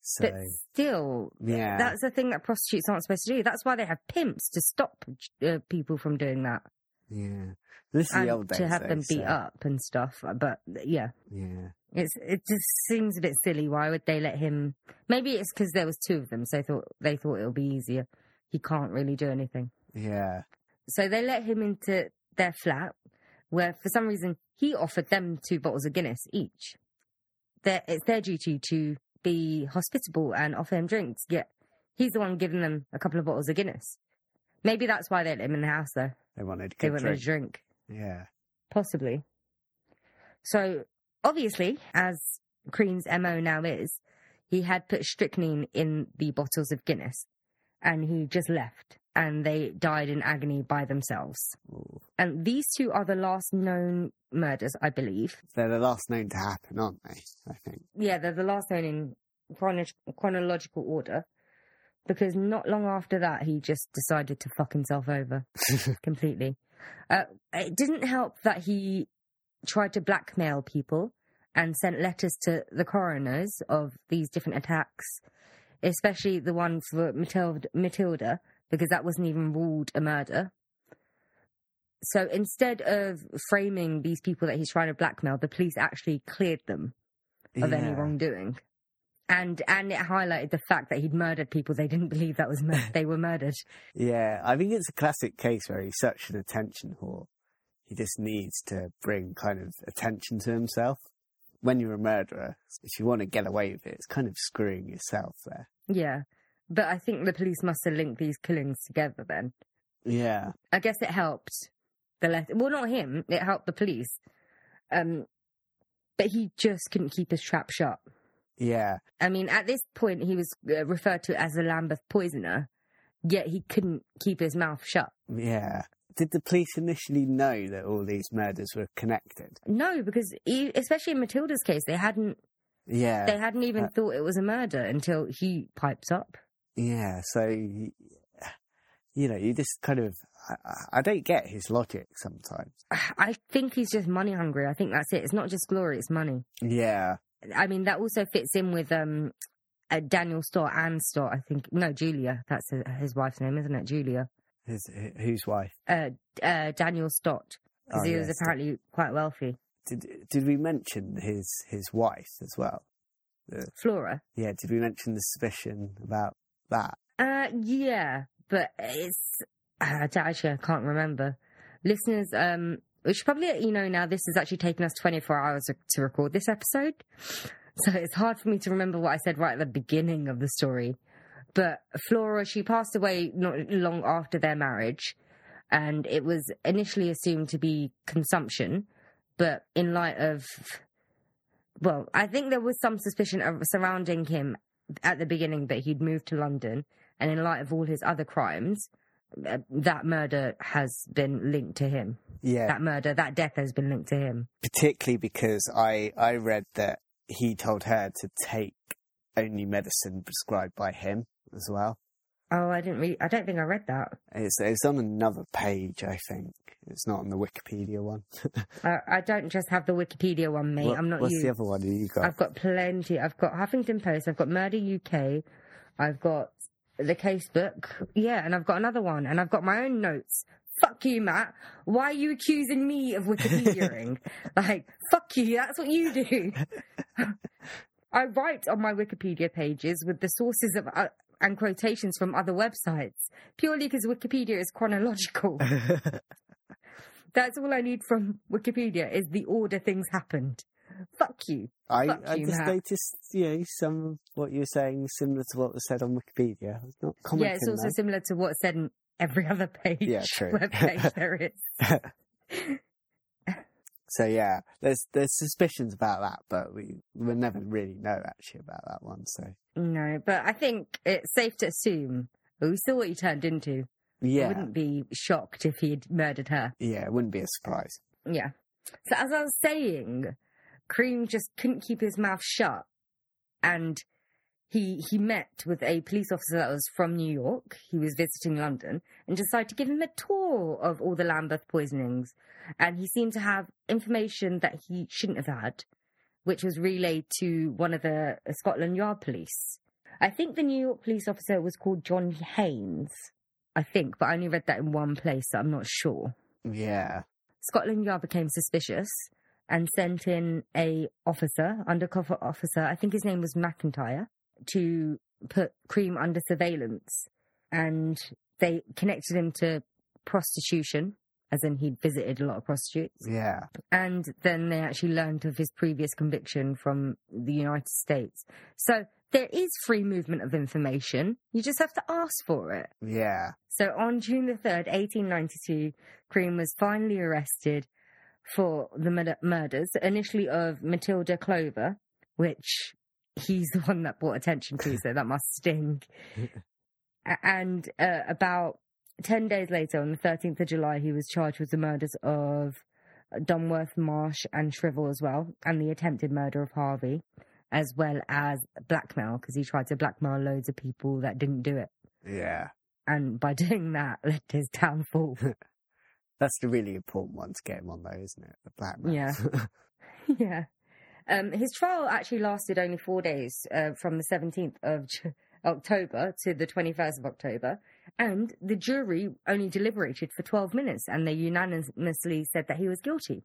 Speaker 2: So,
Speaker 1: But still,
Speaker 2: yeah.
Speaker 1: That's the thing that prostitutes aren't supposed to do. That's why they have pimps to stop uh, people from doing that
Speaker 2: yeah. This is
Speaker 1: and
Speaker 2: the old days.
Speaker 1: um, to have
Speaker 2: though,
Speaker 1: them beat
Speaker 2: so,
Speaker 1: up and stuff. Uh, But yeah,
Speaker 2: Yeah.
Speaker 1: it's it just seems a bit silly. Why would they let him? Maybe it's because there was two of them, so they thought they thought it'll be easier. He can't really do anything,
Speaker 2: Yeah.
Speaker 1: so they let him into their flat, where for some reason he offered them two bottles of Guinness each. Their, it's their duty to be hospitable and offer him drinks. Yet he's the one giving them a couple of bottles of Guinness. Maybe that's why they let him in the house, though.
Speaker 2: They wanted
Speaker 1: They
Speaker 2: good
Speaker 1: wanted
Speaker 2: drink.
Speaker 1: a drink,
Speaker 2: Yeah.
Speaker 1: possibly. So obviously, as Crean's mo now is, he had put strychnine in the bottles of Guinness, and he just left, and they died in agony by themselves.
Speaker 2: Ooh.
Speaker 1: And these two are the last known murders, I believe.
Speaker 2: They're the last known to happen, aren't they? I think.
Speaker 1: yeah, they're the last known in chrono- chronological order because not long after that he just decided to fuck himself over completely. Uh, it didn't help that he tried to blackmail people and sent letters to the coroners of these different attacks, especially the one for Matilda, Matilda because that wasn't even ruled a murder. So instead of framing these people that he's trying to blackmail, the police actually cleared them of any
Speaker 2: Yeah.
Speaker 1: wrongdoing. And and it highlighted the fact that he'd murdered people they didn't believe that was mur- they were murdered.
Speaker 2: Yeah, I think it's a classic case where he's such an attention whore. He just needs to bring kind of attention to himself. When you're a murderer, if you want to get away with it, it's kind of screwing yourself there.
Speaker 1: Yeah. But I think the police must have linked these killings together then.
Speaker 2: Yeah,
Speaker 1: I guess it helped the left well not him, it helped the police. Um but he just couldn't keep his trap shut.
Speaker 2: yeah,
Speaker 1: I mean, at this point he was uh, referred to as a Lambeth poisoner, yet he couldn't keep his mouth shut.
Speaker 2: yeah. Did the police initially know that all these murders were connected?
Speaker 1: No, because he, especially in Matilda's case, they hadn't
Speaker 2: Yeah,
Speaker 1: They hadn't even
Speaker 2: Uh,
Speaker 1: thought it was a murder until he pipes up.
Speaker 2: yeah. So, y- you know, you just kind of, I- I, I don't get his logic sometimes.
Speaker 1: I think he's just money hungry. I think that's it. It's not just glory, it's money.
Speaker 2: Yeah,
Speaker 1: I mean, that also fits in with um, uh, Daniel Stott, Anne Stott, I think. No, Julia. That's his, his wife's name, isn't it? Julia.
Speaker 2: his, whose wife?
Speaker 1: Uh, uh, Daniel Stott. Because
Speaker 2: Oh,
Speaker 1: he
Speaker 2: yeah,
Speaker 1: was
Speaker 2: Stott.
Speaker 1: apparently quite wealthy.
Speaker 2: did did we mention his his wife as well?
Speaker 1: Flora.
Speaker 2: Yeah, did we mention the suspicion about that?
Speaker 1: Uh, yeah, but it's. I d- actually I can't remember. Listeners, um, we should probably let you know now this has actually taken us 24 hours to- to record this episode. So it's hard for me to remember what I said right at the beginning of the story. But Flora, she passed away not long after their marriage. And it was initially assumed to be consumption. But in light of. Well, I think there was some suspicion of- surrounding him at the beginning that he'd moved to London, and in light of all his other crimes, uh, that murder has been linked to him.
Speaker 2: Yeah,
Speaker 1: That murder, that death has been linked to him.
Speaker 2: particularly because I I read that he told her to take only medicine prescribed by him as well.
Speaker 1: Oh, I didn't really. I don't think I read that.
Speaker 2: It's it's on another page, I think. It's not on the Wikipedia one.
Speaker 1: Uh, I don't just have the Wikipedia one, mate.
Speaker 2: What-
Speaker 1: I'm not
Speaker 2: What's
Speaker 1: you.
Speaker 2: the other one you got?
Speaker 1: I've got plenty. I've got Huffington Post. I've got Murder UK. I've got the case book. Yeah, and I've got another one, and I've got my own notes. Fuck you, Matt. Why are you accusing me of Wikipediaing? like, fuck you. That's what you do. I write on my Wikipedia pages with the sources of uh, and quotations from other websites purely because Wikipedia is chronological. That's all I need from Wikipedia is the order things happened. Fuck you.
Speaker 2: I,
Speaker 1: Fuck
Speaker 2: I
Speaker 1: you,
Speaker 2: just
Speaker 1: Matt.
Speaker 2: noticed, you know, some of what you were saying is similar to what was said on Wikipedia. I was not commenting.
Speaker 1: yeah, it's also
Speaker 2: though.
Speaker 1: similar to what's said in every other page.
Speaker 2: Yeah, true.
Speaker 1: Web page there is.
Speaker 2: So yeah, there's there's suspicions about that, but we we'll never really know actually about that one. So
Speaker 1: No, but I think it's safe to assume. We saw what he turned into. I
Speaker 2: yeah,
Speaker 1: wouldn't be shocked if he'd murdered her.
Speaker 2: yeah, it wouldn't be a surprise.
Speaker 1: Yeah. So as I was saying, Cream just couldn't keep his mouth shut, and he he met with a police officer that was from New York. He was visiting London and decided to give him a tour of all the Lambeth poisonings, and he seemed to have information that he shouldn't have had, which was relayed to one of the uh, Scotland Yard police. I think the New York police officer was called John Haynes. I think, but I only read that in one place, so I'm not sure.
Speaker 2: Yeah,
Speaker 1: Scotland Yard became suspicious and sent in a officer, undercover officer, I think his name was McIntyre, to put Cream under surveillance. And they connected him to prostitution, as in he'd visited a lot of prostitutes.
Speaker 2: yeah,
Speaker 1: And then they actually learned of his previous conviction from the United States. So there is free movement of information. You just have to ask for it.
Speaker 2: yeah,
Speaker 1: So on June the 3rd, 1892, Cream was finally arrested for the murder- murders, initially of Matilda Clover, which he's the one that brought attention to, so that must sting. A- and uh, about 10 days later, on the 13th of July, he was charged with the murders of Dunworth Marsh and Shrivel as well, and the attempted murder of Harvey, as well as blackmail, because he tried to blackmail loads of people that didn't do it
Speaker 2: yeah.
Speaker 1: and by doing that led to his downfall.
Speaker 2: That's the really important one to get him on, though, isn't it? The black man.
Speaker 1: Yeah. yeah. Um, his trial actually lasted only four days, uh, from the 17th of J- October to the 21st of October. And the jury only deliberated for 12 minutes and they unanimously said that he was guilty,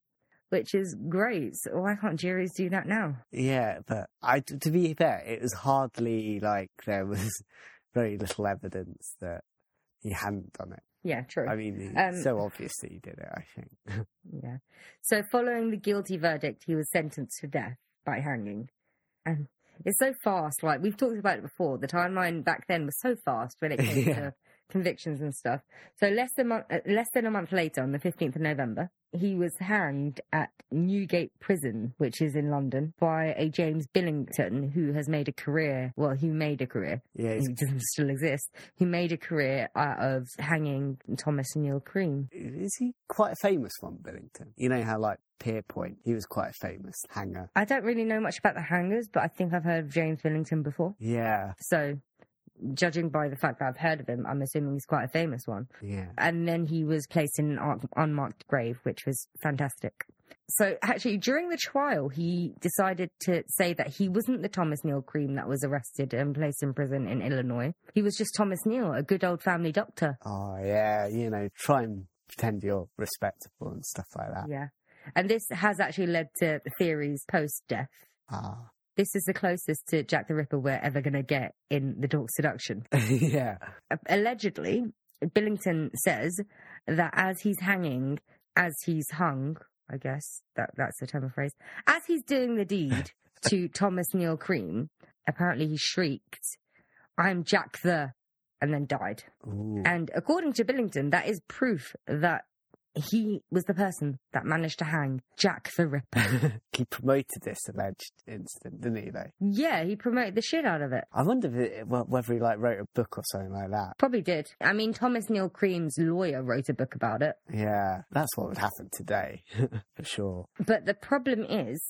Speaker 1: which is great. So Why can't juries do that now?
Speaker 2: Yeah, but I, t- to be fair, it was hardly like there was very little evidence that he hadn't done it.
Speaker 1: Yeah, true.
Speaker 2: I mean, it's
Speaker 1: Um,
Speaker 2: so obvious that he did it, I think.
Speaker 1: Yeah. So following the guilty verdict, he was sentenced to death by hanging. And it's so fast, like we've talked about it before. The timeline back then was so fast when it came
Speaker 2: Yeah.
Speaker 1: to convictions and stuff. So less than mon- uh, less than a month later, on the fifteenth of November, he was hanged at Newgate Prison, which is in London, by a James Billington who has made a career. Well, who made a career?
Speaker 2: Yeah, he's,
Speaker 1: He doesn't still exist. Who made a career out of hanging Thomas Neil Cream?
Speaker 2: is he quite a famous one, Billington? You know how, like, Pierpoint, he was quite a famous hanger.
Speaker 1: I don't really know much about the hangers, but I think I've heard of James Billington before.
Speaker 2: Yeah,
Speaker 1: So, judging by the fact that I've heard of him, I'm assuming he's quite a famous one.
Speaker 2: yeah.
Speaker 1: And then he was placed in an un- unmarked grave, which was fantastic. So, actually, during the trial, he decided to say that he wasn't the Thomas Neal Cream that was arrested and placed in prison in Illinois. He was just Thomas Neal, a good old family doctor.
Speaker 2: Oh, yeah, you know, try and pretend you're respectable and stuff like that.
Speaker 1: Yeah. And this has actually led to theories post death.
Speaker 2: Ah,
Speaker 1: This is the closest to Jack the Ripper we're ever going to get in The Dark Seduction.
Speaker 2: yeah,
Speaker 1: allegedly, Billington says that as he's hanging, as he's hung, I guess that that's the term of phrase, as he's doing the deed to Thomas Neal Cream, apparently he shrieked, "I'm Jack the," and then died.
Speaker 2: Ooh.
Speaker 1: And according to Billington, that is proof that he was the person that managed to hang Jack the Ripper.
Speaker 2: he promoted this alleged incident, didn't he, though?
Speaker 1: yeah, he promoted the shit out of it.
Speaker 2: I wonder if it, wh- whether he like wrote a book or something like that.
Speaker 1: Probably did. I mean, Thomas Neal Cream's lawyer wrote a book about it.
Speaker 2: Yeah, that's what would happen today for sure.
Speaker 1: But the problem is,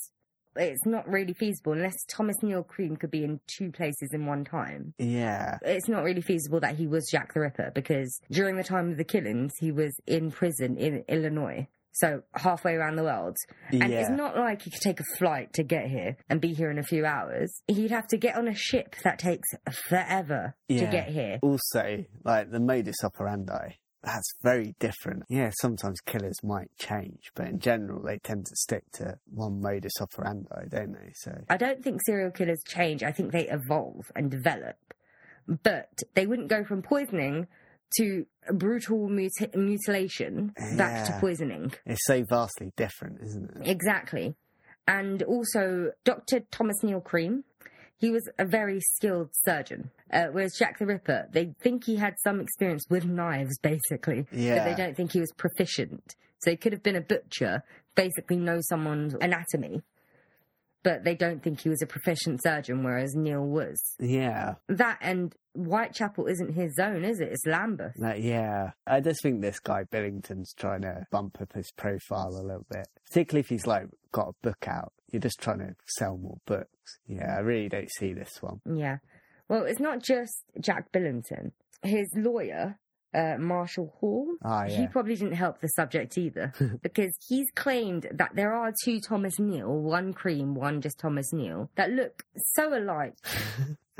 Speaker 1: it's not really feasible unless Thomas Neal Cream could be in two places in one time.
Speaker 2: Yeah,
Speaker 1: It's not really feasible that he was Jack the Ripper because during the time of the killings, he was in prison in Illinois. So halfway around the world. And
Speaker 2: yeah,
Speaker 1: it's not like he could take a flight to get here and be here in a few hours. He'd have to get on a ship that takes forever to
Speaker 2: Yeah.
Speaker 1: get here.
Speaker 2: also like the modus operandi. That's very different. Yeah, sometimes killers might change, but in general, they tend to stick to one modus operandi, don't they? So,
Speaker 1: I don't think serial killers change. I think they evolve and develop. But they wouldn't go from poisoning to brutal muti- mutilation back to
Speaker 2: Yeah.
Speaker 1: poisoning.
Speaker 2: It's so vastly different, isn't it?
Speaker 1: Exactly. And also, Dr. Thomas Neil Cream, he was a very skilled surgeon. Uh, whereas Jack the Ripper, they think he had some experience with knives, basically, but
Speaker 2: Yeah.
Speaker 1: they don't think he was proficient. So he could have been a butcher, basically know someone's anatomy, but they don't think he was a proficient surgeon, whereas Neil was.
Speaker 2: Yeah.
Speaker 1: That and Whitechapel isn't his zone, is it? It's Lambeth.
Speaker 2: Like, yeah. I just think this guy Billington's trying to bump up his profile a little bit, particularly if he's like got a book out. You're just trying to sell more books. Yeah, I really don't see this one.
Speaker 1: Yeah. Well, it's not just Jack Billington. His lawyer, uh, Marshall Hall,
Speaker 2: Ah,
Speaker 1: he
Speaker 2: yeah.
Speaker 1: probably didn't help the subject either because he's claimed that there are two Thomas Neal, one cream, one just Thomas Neal, that look so alike.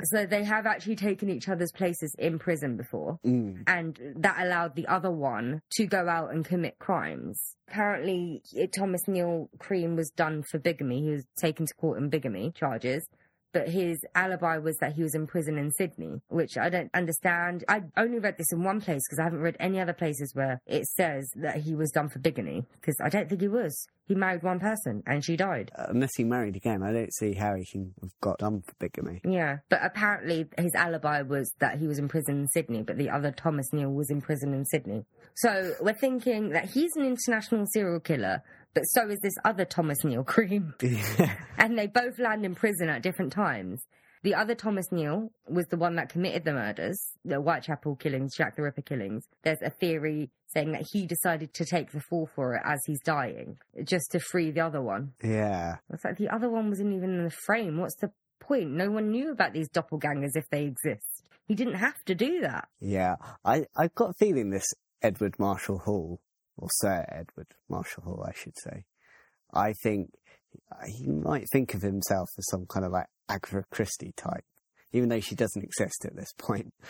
Speaker 1: so they have actually taken each other's places in prison before.
Speaker 2: Mm.
Speaker 1: And that allowed the other one to go out and commit crimes. Apparently, Thomas Neal Cream was done for bigamy. He was taken to court on bigamy charges. But his alibi was that he was in prison in Sydney, which I don't understand. I only read this in one place because I haven't read any other places where it says that he was done for bigamy because I don't think he was. He married one person and she died.
Speaker 2: Unless he married again, I don't see how he can have got done for bigamy.
Speaker 1: Yeah, but apparently his alibi was that he was in prison in Sydney, but the other Thomas Neal was in prison in Sydney. So we're thinking that he's an international serial killer, but so is this other Thomas Neal cream. and they both land in prison at different times. The other Thomas Neal was the one that committed the murders, the Whitechapel killings, Jack the Ripper killings. There's a theory saying that he decided to take the fall for it as he's dying, just to free the other one.
Speaker 2: yeah.
Speaker 1: It's like the other one wasn't even in the frame. What's the point? No one knew about these doppelgangers if they exist. He didn't have to do that.
Speaker 2: Yeah, I, I've got a feeling this Edward Marshall Hall, or Sir Edward Marshall Hall, I should say, I think uh, he might think of himself as some kind of like Agatha Christie type, even though she doesn't exist at this point.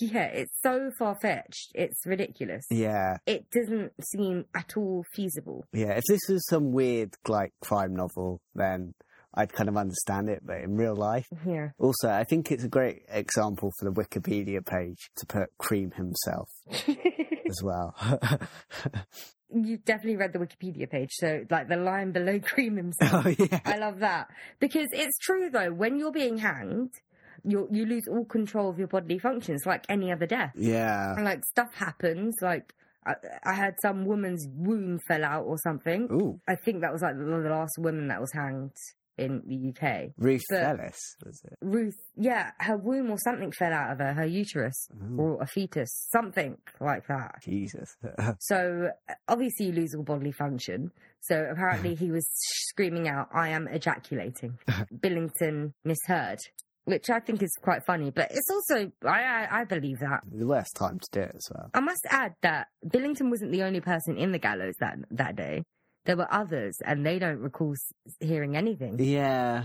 Speaker 1: Yeah, it's so far fetched. It's ridiculous.
Speaker 2: Yeah,
Speaker 1: It doesn't seem at all feasible.
Speaker 2: yeah. If this was some weird like crime novel, then I'd kind of understand it, but in real life.
Speaker 1: Yeah.
Speaker 2: Also, I think it's a great example for the Wikipedia page to put Cream himself as well.
Speaker 1: You've definitely read the Wikipedia page, so like the line below Cream himself.
Speaker 2: oh, yeah.
Speaker 1: I love that because it's true though. When you're being hanged, you you lose all control of your bodily functions, like any other death.
Speaker 2: Yeah.
Speaker 1: And, like stuff happens. Like I, I had some woman's womb fell out or something.
Speaker 2: Ooh.
Speaker 1: I think that was like the, the last woman that was hanged in the UK.
Speaker 2: Ruth
Speaker 1: But-
Speaker 2: Ellis, was it?
Speaker 1: Ruth, yeah, her womb or something fell out of her, her uterus or a fetus, something like that.
Speaker 2: Jesus.
Speaker 1: So uh, obviously you lose all bodily function. So apparently he was screaming out, "I am ejaculating." Billington misheard, which I think is quite funny, but it's also I I, I believe that.
Speaker 2: the worst time to do it as well.
Speaker 1: I must add that Billington wasn't the only person in the gallows that that day. There were others, and they don't recall s- hearing anything.
Speaker 2: Yeah.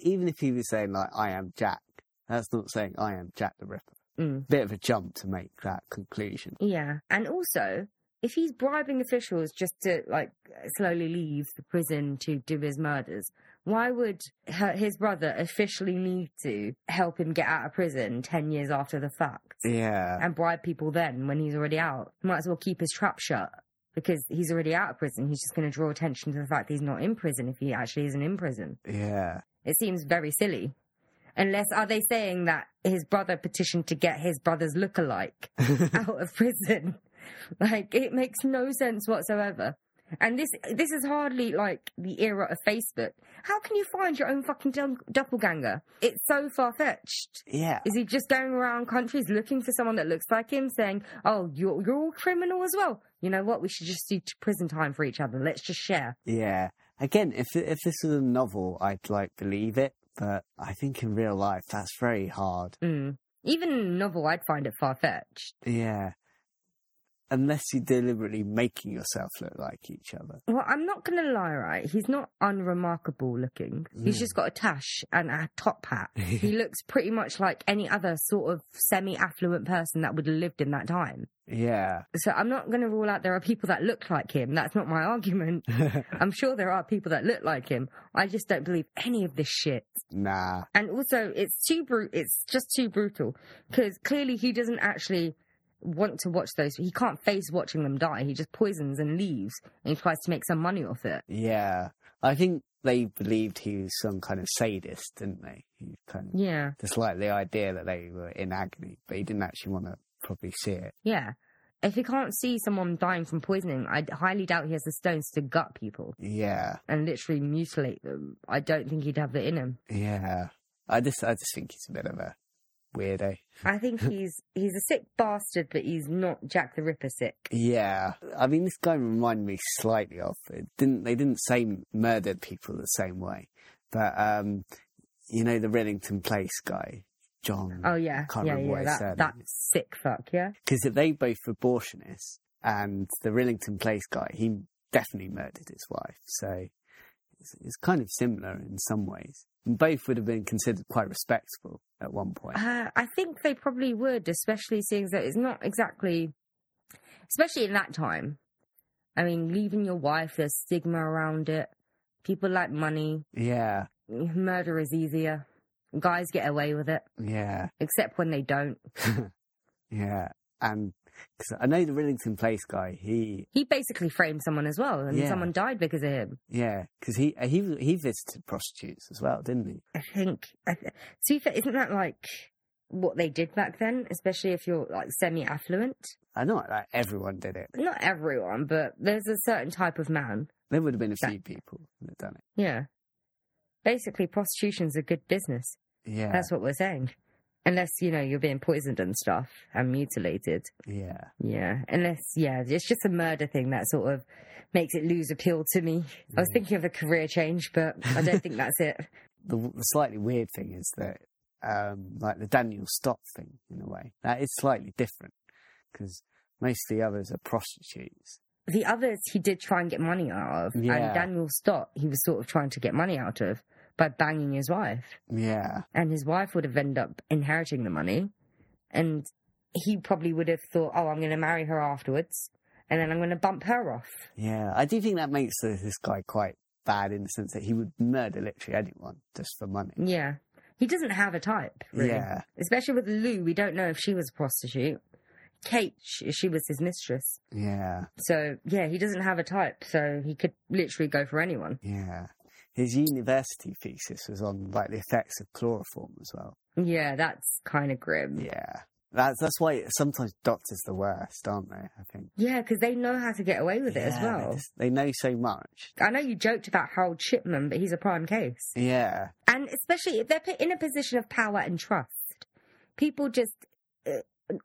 Speaker 2: Even if he was saying, like, I am Jack, that's not saying I am Jack the Ripper.
Speaker 1: Mm.
Speaker 2: Bit of a jump to make that conclusion.
Speaker 1: Yeah, and also if he's bribing officials just to like slowly leave the prison to do his murders, why would her, his brother officially need to help him get out of prison ten years after the fact
Speaker 2: Yeah.
Speaker 1: and bribe people then when he's already out? He might as well keep his trap shut. Because he's already out of prison, he's just going to draw attention to the fact that he's not in prison if he actually isn't in prison.
Speaker 2: Yeah.
Speaker 1: It seems very silly. Unless are they saying that his brother petitioned to get his brother's lookalike out of prison? Like it makes no sense whatsoever. And this this is hardly like the era of Facebook. How can you find your own fucking dum- doppelganger? It's so far fetched.
Speaker 2: Yeah.
Speaker 1: Is he just going around countries looking for someone that looks like him, saying, "Oh, you're you're all criminal as well"? You know what? We should just do t- prison time for each other. Let's just share.
Speaker 2: Yeah. Again, if if this was a novel, I'd like believe it, but I think in real life that's very hard.
Speaker 1: Mm. Even in a novel, I'd find it far fetched.
Speaker 2: Yeah. Unless you're deliberately making yourself look like each other.
Speaker 1: Well, I'm not going to lie, right? He's not unremarkable looking. He's just got a tash and a top hat. he looks pretty much like any other sort of semi affluent person that would have lived in that time.
Speaker 2: Yeah.
Speaker 1: So I'm not going to rule out there are people that look like him. That's not my argument. I'm sure there are people that look like him. I just don't believe any of this shit.
Speaker 2: Nah.
Speaker 1: And also, it's too bru- It's just too brutal because clearly he doesn't actually want to watch those. He can't face watching them die. He just poisons and leaves, and he tries to make some money off it.
Speaker 2: Yeah. I think they believed he was some kind of sadist, didn't they? He kind of
Speaker 1: Yeah,
Speaker 2: disliked the idea that they were in agony, but he didn't actually want to probably see it.
Speaker 1: yeah. If he can't see someone dying from poisoning, I highly doubt he has the stones to gut people
Speaker 2: Yeah.
Speaker 1: and literally mutilate them. I don't think he'd have it in him.
Speaker 2: Yeah. I just I just think he's a bit of a weirdo.
Speaker 1: I think he's he's a sick bastard, but he's not Jack the Ripper sick.
Speaker 2: Yeah. I mean this guy reminded me slightly of it didn't they didn't say murdered people the same way. But um you know the Rillington Place guy, John
Speaker 1: Oh yeah,
Speaker 2: Can't
Speaker 1: yeah,
Speaker 2: remember what
Speaker 1: yeah.
Speaker 2: his surname
Speaker 1: That, that
Speaker 2: is.
Speaker 1: sick fuck, yeah.
Speaker 2: because they both were abortionists, and the Rillington Place guy, he definitely murdered his wife. So it's, it's kind of similar in some ways. And both would have been considered quite respectable at one point.
Speaker 1: Uh, I think they probably would, especially seeing that it's not exactly, especially in that time. I mean, leaving your wife, there's stigma around it. People like money.
Speaker 2: Yeah,
Speaker 1: Murder is easier. Guys get away with it,
Speaker 2: yeah,
Speaker 1: except when they don't.
Speaker 2: yeah. And cause I know the Rillington Place guy. He,
Speaker 1: He basically framed someone as well, and
Speaker 2: Yeah.
Speaker 1: someone died because of him.
Speaker 2: yeah, because he he he visited prostitutes as well, didn't he?
Speaker 1: I think. I th- to be fair, isn't that like what they did back then? Especially if you're like semi-affluent.
Speaker 2: I know like everyone did it.
Speaker 1: Not everyone, but there's a certain type of man.
Speaker 2: There would have been a few people that had done it.
Speaker 1: Yeah. Basically, prostitution's a good business.
Speaker 2: Yeah,
Speaker 1: That's what we're saying. Unless you know you're being poisoned and stuff and mutilated.
Speaker 2: yeah.
Speaker 1: Yeah. Unless yeah, it's just a murder thing that sort of makes it lose appeal to me. I was thinking of a career change, but I don't think that's it.
Speaker 2: the, the slightly weird thing is that, um, like the Daniel Stott thing, in a way, that is slightly different because most of the others are prostitutes.
Speaker 1: the others he did try and get money out of,
Speaker 2: Yeah.
Speaker 1: and Daniel Stott he was sort of trying to get money out of by banging his wife,
Speaker 2: Yeah,
Speaker 1: and his wife would have ended up inheriting the money, and he probably would have thought, oh, I'm going to marry her afterwards, and then I'm going to bump her off.
Speaker 2: yeah. I do think that makes this, this guy quite bad in the sense that he would murder literally anyone just for money.
Speaker 1: Yeah, he doesn't have a type, really.
Speaker 2: Yeah,
Speaker 1: Especially with Lou, we don't know if she was a prostitute. Kate, she, she was his mistress,
Speaker 2: yeah,
Speaker 1: so yeah, he doesn't have a type, so he could literally go for anyone.
Speaker 2: yeah. His university thesis was on like the effects of chloroform as well.
Speaker 1: Yeah, that's kind of grim.
Speaker 2: Yeah, that's that's why sometimes doctors are the worst, aren't they? I think.
Speaker 1: Yeah, because they know how to get away with it as
Speaker 2: Yeah, they
Speaker 1: well.
Speaker 2: just- They know so much.
Speaker 1: I know you joked about Harold Shipman, but he's a prime case.
Speaker 2: Yeah,
Speaker 1: And especially if they're put in a position of power and trust, people just uh,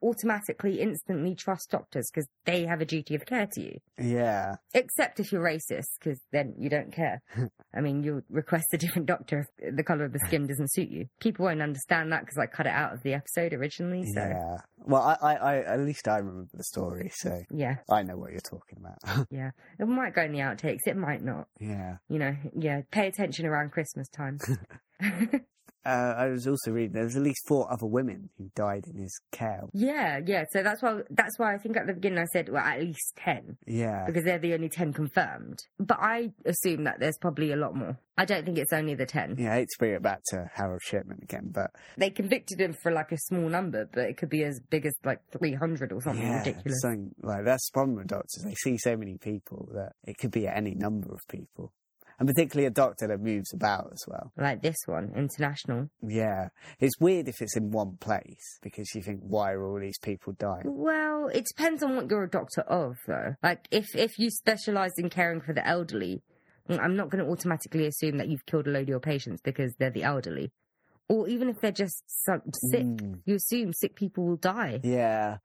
Speaker 1: automatically, instantly trust doctors because they have a duty of care to you.
Speaker 2: yeah.
Speaker 1: Except if you're racist, because then you don't care. I mean, you'll request a different doctor if the colour of the skin doesn't suit you. People won't understand that because I cut it out of the episode originally. So, yeah.
Speaker 2: Yeah. Well, I, I, I, at least I remember the story, so
Speaker 1: yeah,
Speaker 2: I know what you're talking about.
Speaker 1: it might go in the outtakes, it might not.
Speaker 2: yeah.
Speaker 1: You know, yeah, pay attention around Christmas time.
Speaker 2: Uh, I was also reading there was at least four other women who died in his care.
Speaker 1: Yeah, yeah. So that's why that's why I think at the beginning I said well at least ten
Speaker 2: Yeah.
Speaker 1: because they're the only ten confirmed. But I assume that there's probably a lot more. I don't think it's only the ten.
Speaker 2: Yeah, I hate to bring it back to Harold Shipman again, but
Speaker 1: They convicted him for like a small number, but it could be as big as like three hundred or something
Speaker 2: yeah,
Speaker 1: Oh, ridiculous.
Speaker 2: something like that's the problem with doctors. They see so many people that it could be any number of people, and particularly a doctor that moves about as well.
Speaker 1: Like this one, international.
Speaker 2: Yeah, it's weird if it's in one place because you think why are all these people dying?
Speaker 1: Well, it depends on what you're a doctor of, though. Like if if you specialise in caring for the elderly, mm, I'm not going to automatically assume that you've killed a load of your patients because they're the elderly, or even if they're just some, sick.
Speaker 2: Mm.
Speaker 1: You assume sick people will die.
Speaker 2: Yeah,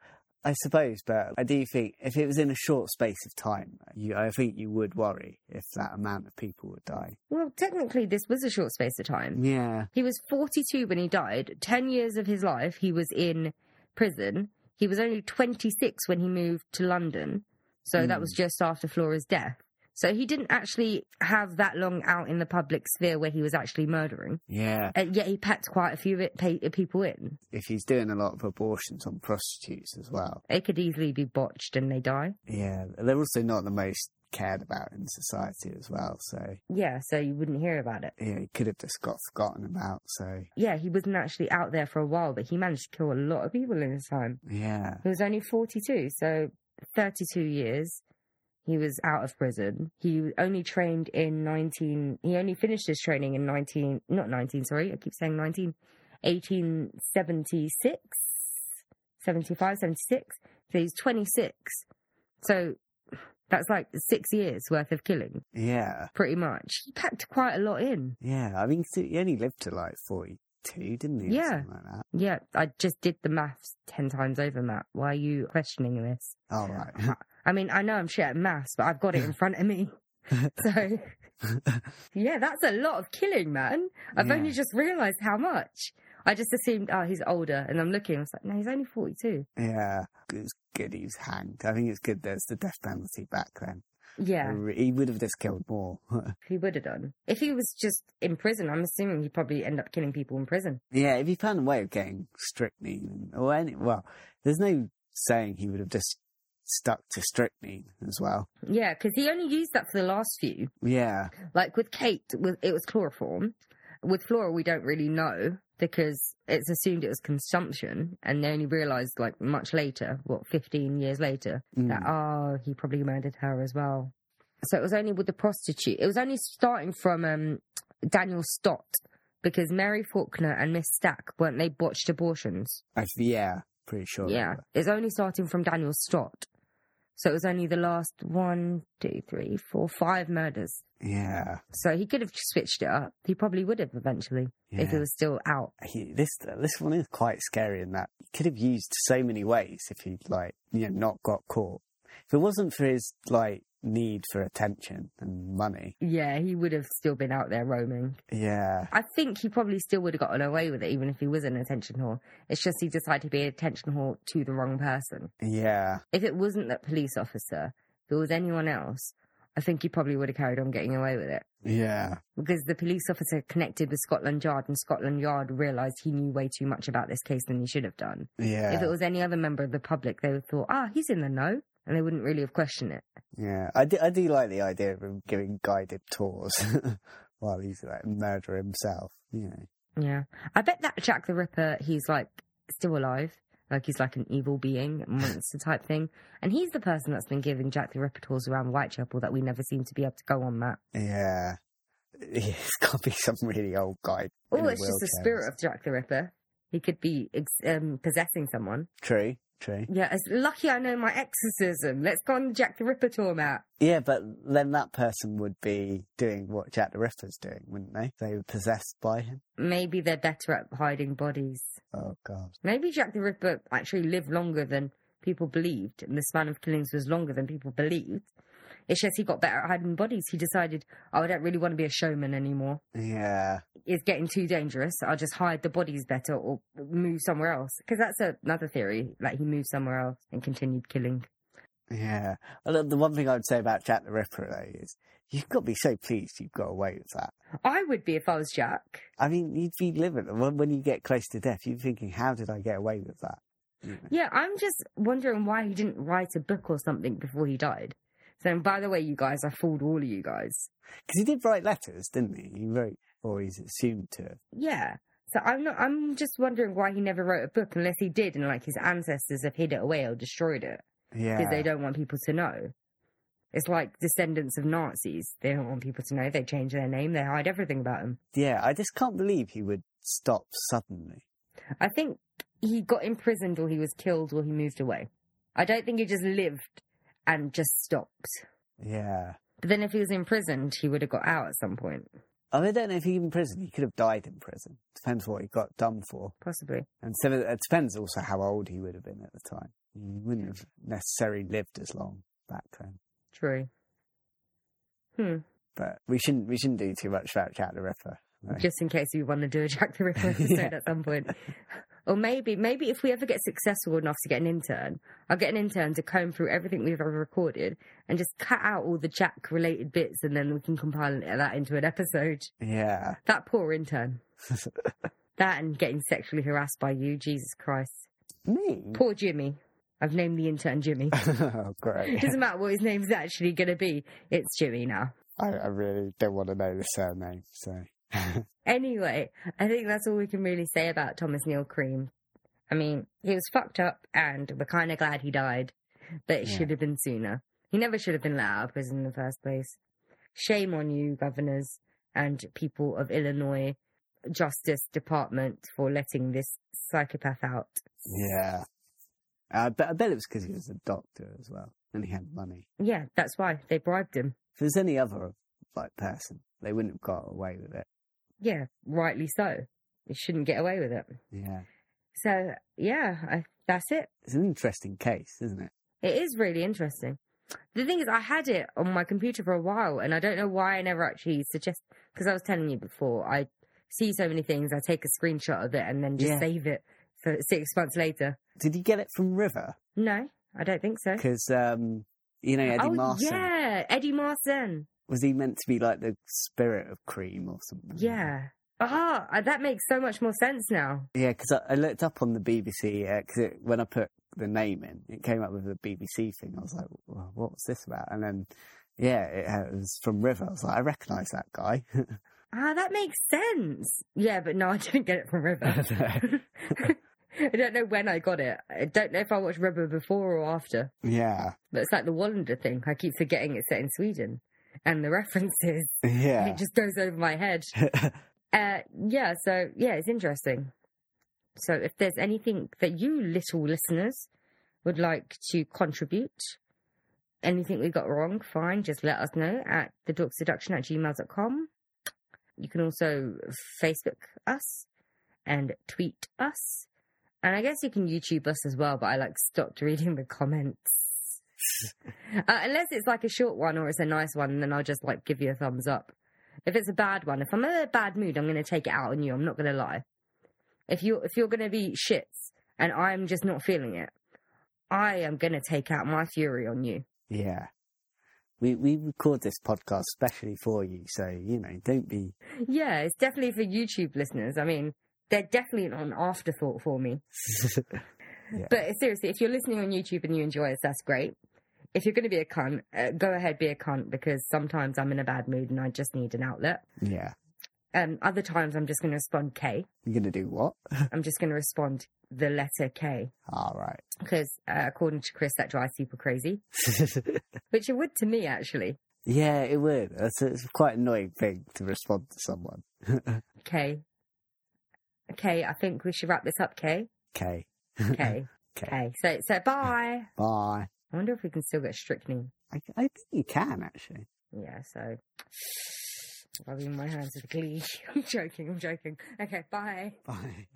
Speaker 2: I suppose, but I do think if it was in a short space of time, you, I think you would worry if that amount of people would die.
Speaker 1: Well, technically, this was a short space of time.
Speaker 2: Yeah,
Speaker 1: He was 42 when he died. 10 years of his life, he was in prison. He was only 26 when he moved to London. So that was just after Flora's death. So he didn't actually have that long out in the public sphere where he was actually murdering.
Speaker 2: Yeah.
Speaker 1: Uh, yet he packed quite a few ri- pa- people in.
Speaker 2: If he's doing a lot of abortions on prostitutes as well.
Speaker 1: It could easily be botched and they die.
Speaker 2: Yeah. They're also not the most cared about in society as well. So,
Speaker 1: Yeah, so you wouldn't hear about it.
Speaker 2: yeah, he could have just got forgotten about. So,
Speaker 1: Yeah, he wasn't actually out there for a while, but he managed to kill a lot of people in his time.
Speaker 2: yeah.
Speaker 1: He was only 42, so 32 years he was out of prison. He only trained in 19, he only finished his training in 19, not 19, sorry, I keep saying 19, 1876, 75, 76. So he's 26. So that's like six years worth of killing,
Speaker 2: Yeah.
Speaker 1: pretty much. He packed quite a lot in.
Speaker 2: Yeah. I mean, he only lived to like 42, didn't he? or
Speaker 1: Yeah.
Speaker 2: Something like that.
Speaker 1: Yeah, I just did the maths 10 times over, Matt. Why are you questioning this?
Speaker 2: All Oh, right.
Speaker 1: I mean, I know I'm shit at maths, but I've got it in front of me. So, yeah, that's a lot of killing, man. I've
Speaker 2: Yeah.
Speaker 1: only just realised how much. I just assumed, oh, he's older. And I'm looking, I was like, no, he's only 42.
Speaker 2: Yeah. It's good he was hanged. I think it's good there's the death penalty back then.
Speaker 1: Yeah,
Speaker 2: He would have just killed more.
Speaker 1: he would have done. If he was just in prison, I'm assuming he'd probably end up killing people in prison.
Speaker 2: Yeah, if he found a way of getting strychnine or any, well, there's no saying he would have just stuck to strychnine as well.
Speaker 1: Yeah, because he only used that for the last few.
Speaker 2: Yeah,
Speaker 1: Like with Kate, it was- it was chloroform. With Flora, we don't really know because it's assumed it was consumption, and they only realised like much later, what fifteen years later, that oh, he probably murdered her as well. So it was only with the prostitute. It was only starting from um, Daniel Stott because Mary Faulkner and Miss Stack weren't they botched abortions?
Speaker 2: I, yeah, pretty sure. they
Speaker 1: Yeah,
Speaker 2: were.
Speaker 1: it's only starting from Daniel Stott. So it was only the last one, two, three, four, five murders.
Speaker 2: yeah,
Speaker 1: So he could have switched it up. He probably would have eventually if
Speaker 2: Yeah.
Speaker 1: it was still out.
Speaker 2: He, this this one is quite scary in that he could have used so many ways if he'd like you know not got caught. If it wasn't for his like need for attention and money,
Speaker 1: Yeah, he would have still been out there roaming.
Speaker 2: yeah,
Speaker 1: I think he probably still would have gotten away with it even if he was an attention whore. It's just he decided to be an attention whore to the wrong person.
Speaker 2: yeah,
Speaker 1: If it wasn't that police officer, if it was anyone else, I think he probably would have carried on getting away with it.
Speaker 2: yeah,
Speaker 1: Because the police officer connected with Scotland Yard and Scotland Yard realised he knew way too much about this case than he should have done.
Speaker 2: yeah.
Speaker 1: If it was any other member of the public, they would have thought, ah, he's in the know. And they wouldn't really have questioned it.
Speaker 2: Yeah, I do, I do like the idea of him giving guided tours while he's like a murderer himself. You know,
Speaker 1: Yeah. I bet that Jack the Ripper, he's like still alive. Like he's like an evil being, monster type thing. And he's the person that's been giving Jack the Ripper tours around Whitechapel that we never seem to be able to go on, Matt.
Speaker 2: yeah, it's got to be some really old guy. in
Speaker 1: Oh,
Speaker 2: a
Speaker 1: it's just the
Speaker 2: wheelchair.
Speaker 1: spirit of Jack the Ripper. He could be ex- um, possessing someone.
Speaker 2: True, true.
Speaker 1: Yeah, it's lucky I know my exorcism. Let's go on Jack the Ripper tour, Matt.
Speaker 2: Yeah, but then that person would be doing what Jack the Ripper's doing, wouldn't they? They were possessed by him.
Speaker 1: Maybe they're better at hiding bodies.
Speaker 2: Oh God.
Speaker 1: Maybe Jack the Ripper actually lived longer than people believed, and the span of killings was longer than people believed. It's just he got better at hiding bodies. He decided, oh, I don't really want to be a showman anymore.
Speaker 2: Yeah,
Speaker 1: It's getting too dangerous. I'll just hide the bodies better or move somewhere else. Because that's a- another theory, like he moved somewhere else and continued killing.
Speaker 2: yeah. Although The one thing I would say about Jack the Ripper though is you've got to be so pleased you've got away with that.
Speaker 1: I would be if I was Jack.
Speaker 2: I mean, you'd be living when when you get close to death. You're thinking, how did I get away with that?
Speaker 1: Yeah, I'm just wondering why he didn't write a book or something before he died. So, and by the way, you guys, I fooled all of you guys.
Speaker 2: Because he did write letters, didn't he? He wrote, or he's assumed to. have.
Speaker 1: Yeah. So I'm not. I'm just wondering why he never wrote a book, unless he did, and like his ancestors have hid it away or destroyed it
Speaker 2: Yeah.
Speaker 1: because they don't want people to know. It's like descendants of Nazis. They don't want people to know. They change their name. They hide everything about them.
Speaker 2: Yeah, I just can't believe he would stop suddenly.
Speaker 1: I think he got imprisoned, or he was killed, or he moved away. I don't think he just lived and just stopped.
Speaker 2: Yeah.
Speaker 1: But then, if he was imprisoned, he would have got out at some point,
Speaker 2: I, mean, I don't know if he in prison. He could have died in prison. Depends what he got done for,
Speaker 1: possibly.
Speaker 2: and some of, it depends also how old he would have been at the time. He wouldn't
Speaker 1: Hmm.
Speaker 2: have necessarily lived as long back then.
Speaker 1: True. Hmm.
Speaker 2: But we shouldn't we shouldn't do too much about Jack the Ripper. no.
Speaker 1: just in case you want to do a Jack the Ripper episode
Speaker 2: Yeah.
Speaker 1: at some point. Or maybe, maybe if we ever get successful enough to get an intern, I'll get an intern to comb through everything we've ever recorded and just cut out all the Jack related bits and then we can compile that into an episode.
Speaker 2: Yeah.
Speaker 1: That poor intern. that and getting sexually harassed by you, Jesus Christ.
Speaker 2: Me?
Speaker 1: Poor Jimmy. I've named the intern Jimmy.
Speaker 2: oh, great.
Speaker 1: Doesn't matter what his name's actually going to be. It's Jimmy now.
Speaker 2: I, I really don't want to know the surname, so.
Speaker 1: Anyway, I think that's all we can really say about Thomas Neil Cream. I mean, he was fucked up, and we're kind of glad he died, but it
Speaker 2: Yeah.
Speaker 1: should have been sooner. He never should have been let out of prison in the first place. Shame on you, governors and people of Illinois Justice Department, for letting this psychopath out.
Speaker 2: Yeah. I bet, I bet it was because he was a doctor as well, and he had money.
Speaker 1: Yeah, that's why they bribed him.
Speaker 2: If it was any other like person, they wouldn't have got away with it.
Speaker 1: Yeah, rightly so. He shouldn't get away with it.
Speaker 2: Yeah.
Speaker 1: So, yeah, I, that's it.
Speaker 2: It's an interesting case, isn't it?
Speaker 1: It is really interesting. The thing is, I had it on my computer for a while, and I don't know why I never actually suggest. Because I was telling you before, I see so many things, I take a screenshot of it and then just
Speaker 2: Yeah.
Speaker 1: save it for six months later.
Speaker 2: Did you get it from River?
Speaker 1: No, I don't think so.
Speaker 2: Because um, you know Eddie
Speaker 1: oh
Speaker 2: Marson
Speaker 1: yeah, Eddie Marson.
Speaker 2: was he meant to be like the spirit of cream or something?
Speaker 1: Yeah. Ah, that makes so much more sense now.
Speaker 2: Yeah, because I, I looked up on the BBC because uh, it when I put the name in, it came up with a BBC thing. I was like, well, what's this about? And then, yeah, it, had- it was from River. I was like, I recognise that guy.
Speaker 1: Ah, that makes sense. Yeah, but no, I don't get it from River. I don't know when I got it. I don't know if I watched River before or after.
Speaker 2: yeah,
Speaker 1: But it's like the Wallander thing. I keep forgetting it's set in Sweden. And the references,
Speaker 2: yeah.
Speaker 1: it just goes over my head. Uh, yeah, so yeah, it's interesting. So if there's anything that you little listeners would like to contribute, anything we got wrong, fine, just let us know at thedogseduction at gmail.com. You can also Facebook us and tweet us. And I guess you can YouTube us as well, but I like stopped reading the comments. uh, unless it's like a short one or it's a nice one, then I'll just like give you a thumbs up. If it's a bad one, if I'm in a bad mood, I'm going to take it out on you. I'm not going to lie. If you if you're going to be shits and I'm just not feeling it, I am going to take out my fury on you.
Speaker 2: Yeah. We we record this podcast specially for you, so you know, don't be
Speaker 1: Yeah, it's definitely for YouTube listeners. I mean, they're definitely not an afterthought for me. But seriously, if you're listening on YouTube and you enjoy us, that's great. If you're going to be a cunt, uh, go ahead, be a cunt, because sometimes I'm in a bad mood and I just need an outlet.
Speaker 2: Yeah.
Speaker 1: Um, other times I'm just going to respond K.
Speaker 2: You're gonna do what?
Speaker 1: I'm just going to respond the letter K.
Speaker 2: All right.
Speaker 1: Because uh, according to Chris, that drives people crazy, which it would to me, actually.
Speaker 2: yeah, it would. It's, it's quite an annoying thing to respond to someone.
Speaker 1: K. K, I think we should wrap this up, K.
Speaker 2: Okay.
Speaker 1: K. K. So, so bye.
Speaker 2: Bye.
Speaker 1: I wonder if we can still get strychnine.
Speaker 2: I, I think you can actually.
Speaker 1: Yeah, so rubbing my hands with glee. I'm joking, I'm joking. Okay, bye.
Speaker 2: Bye.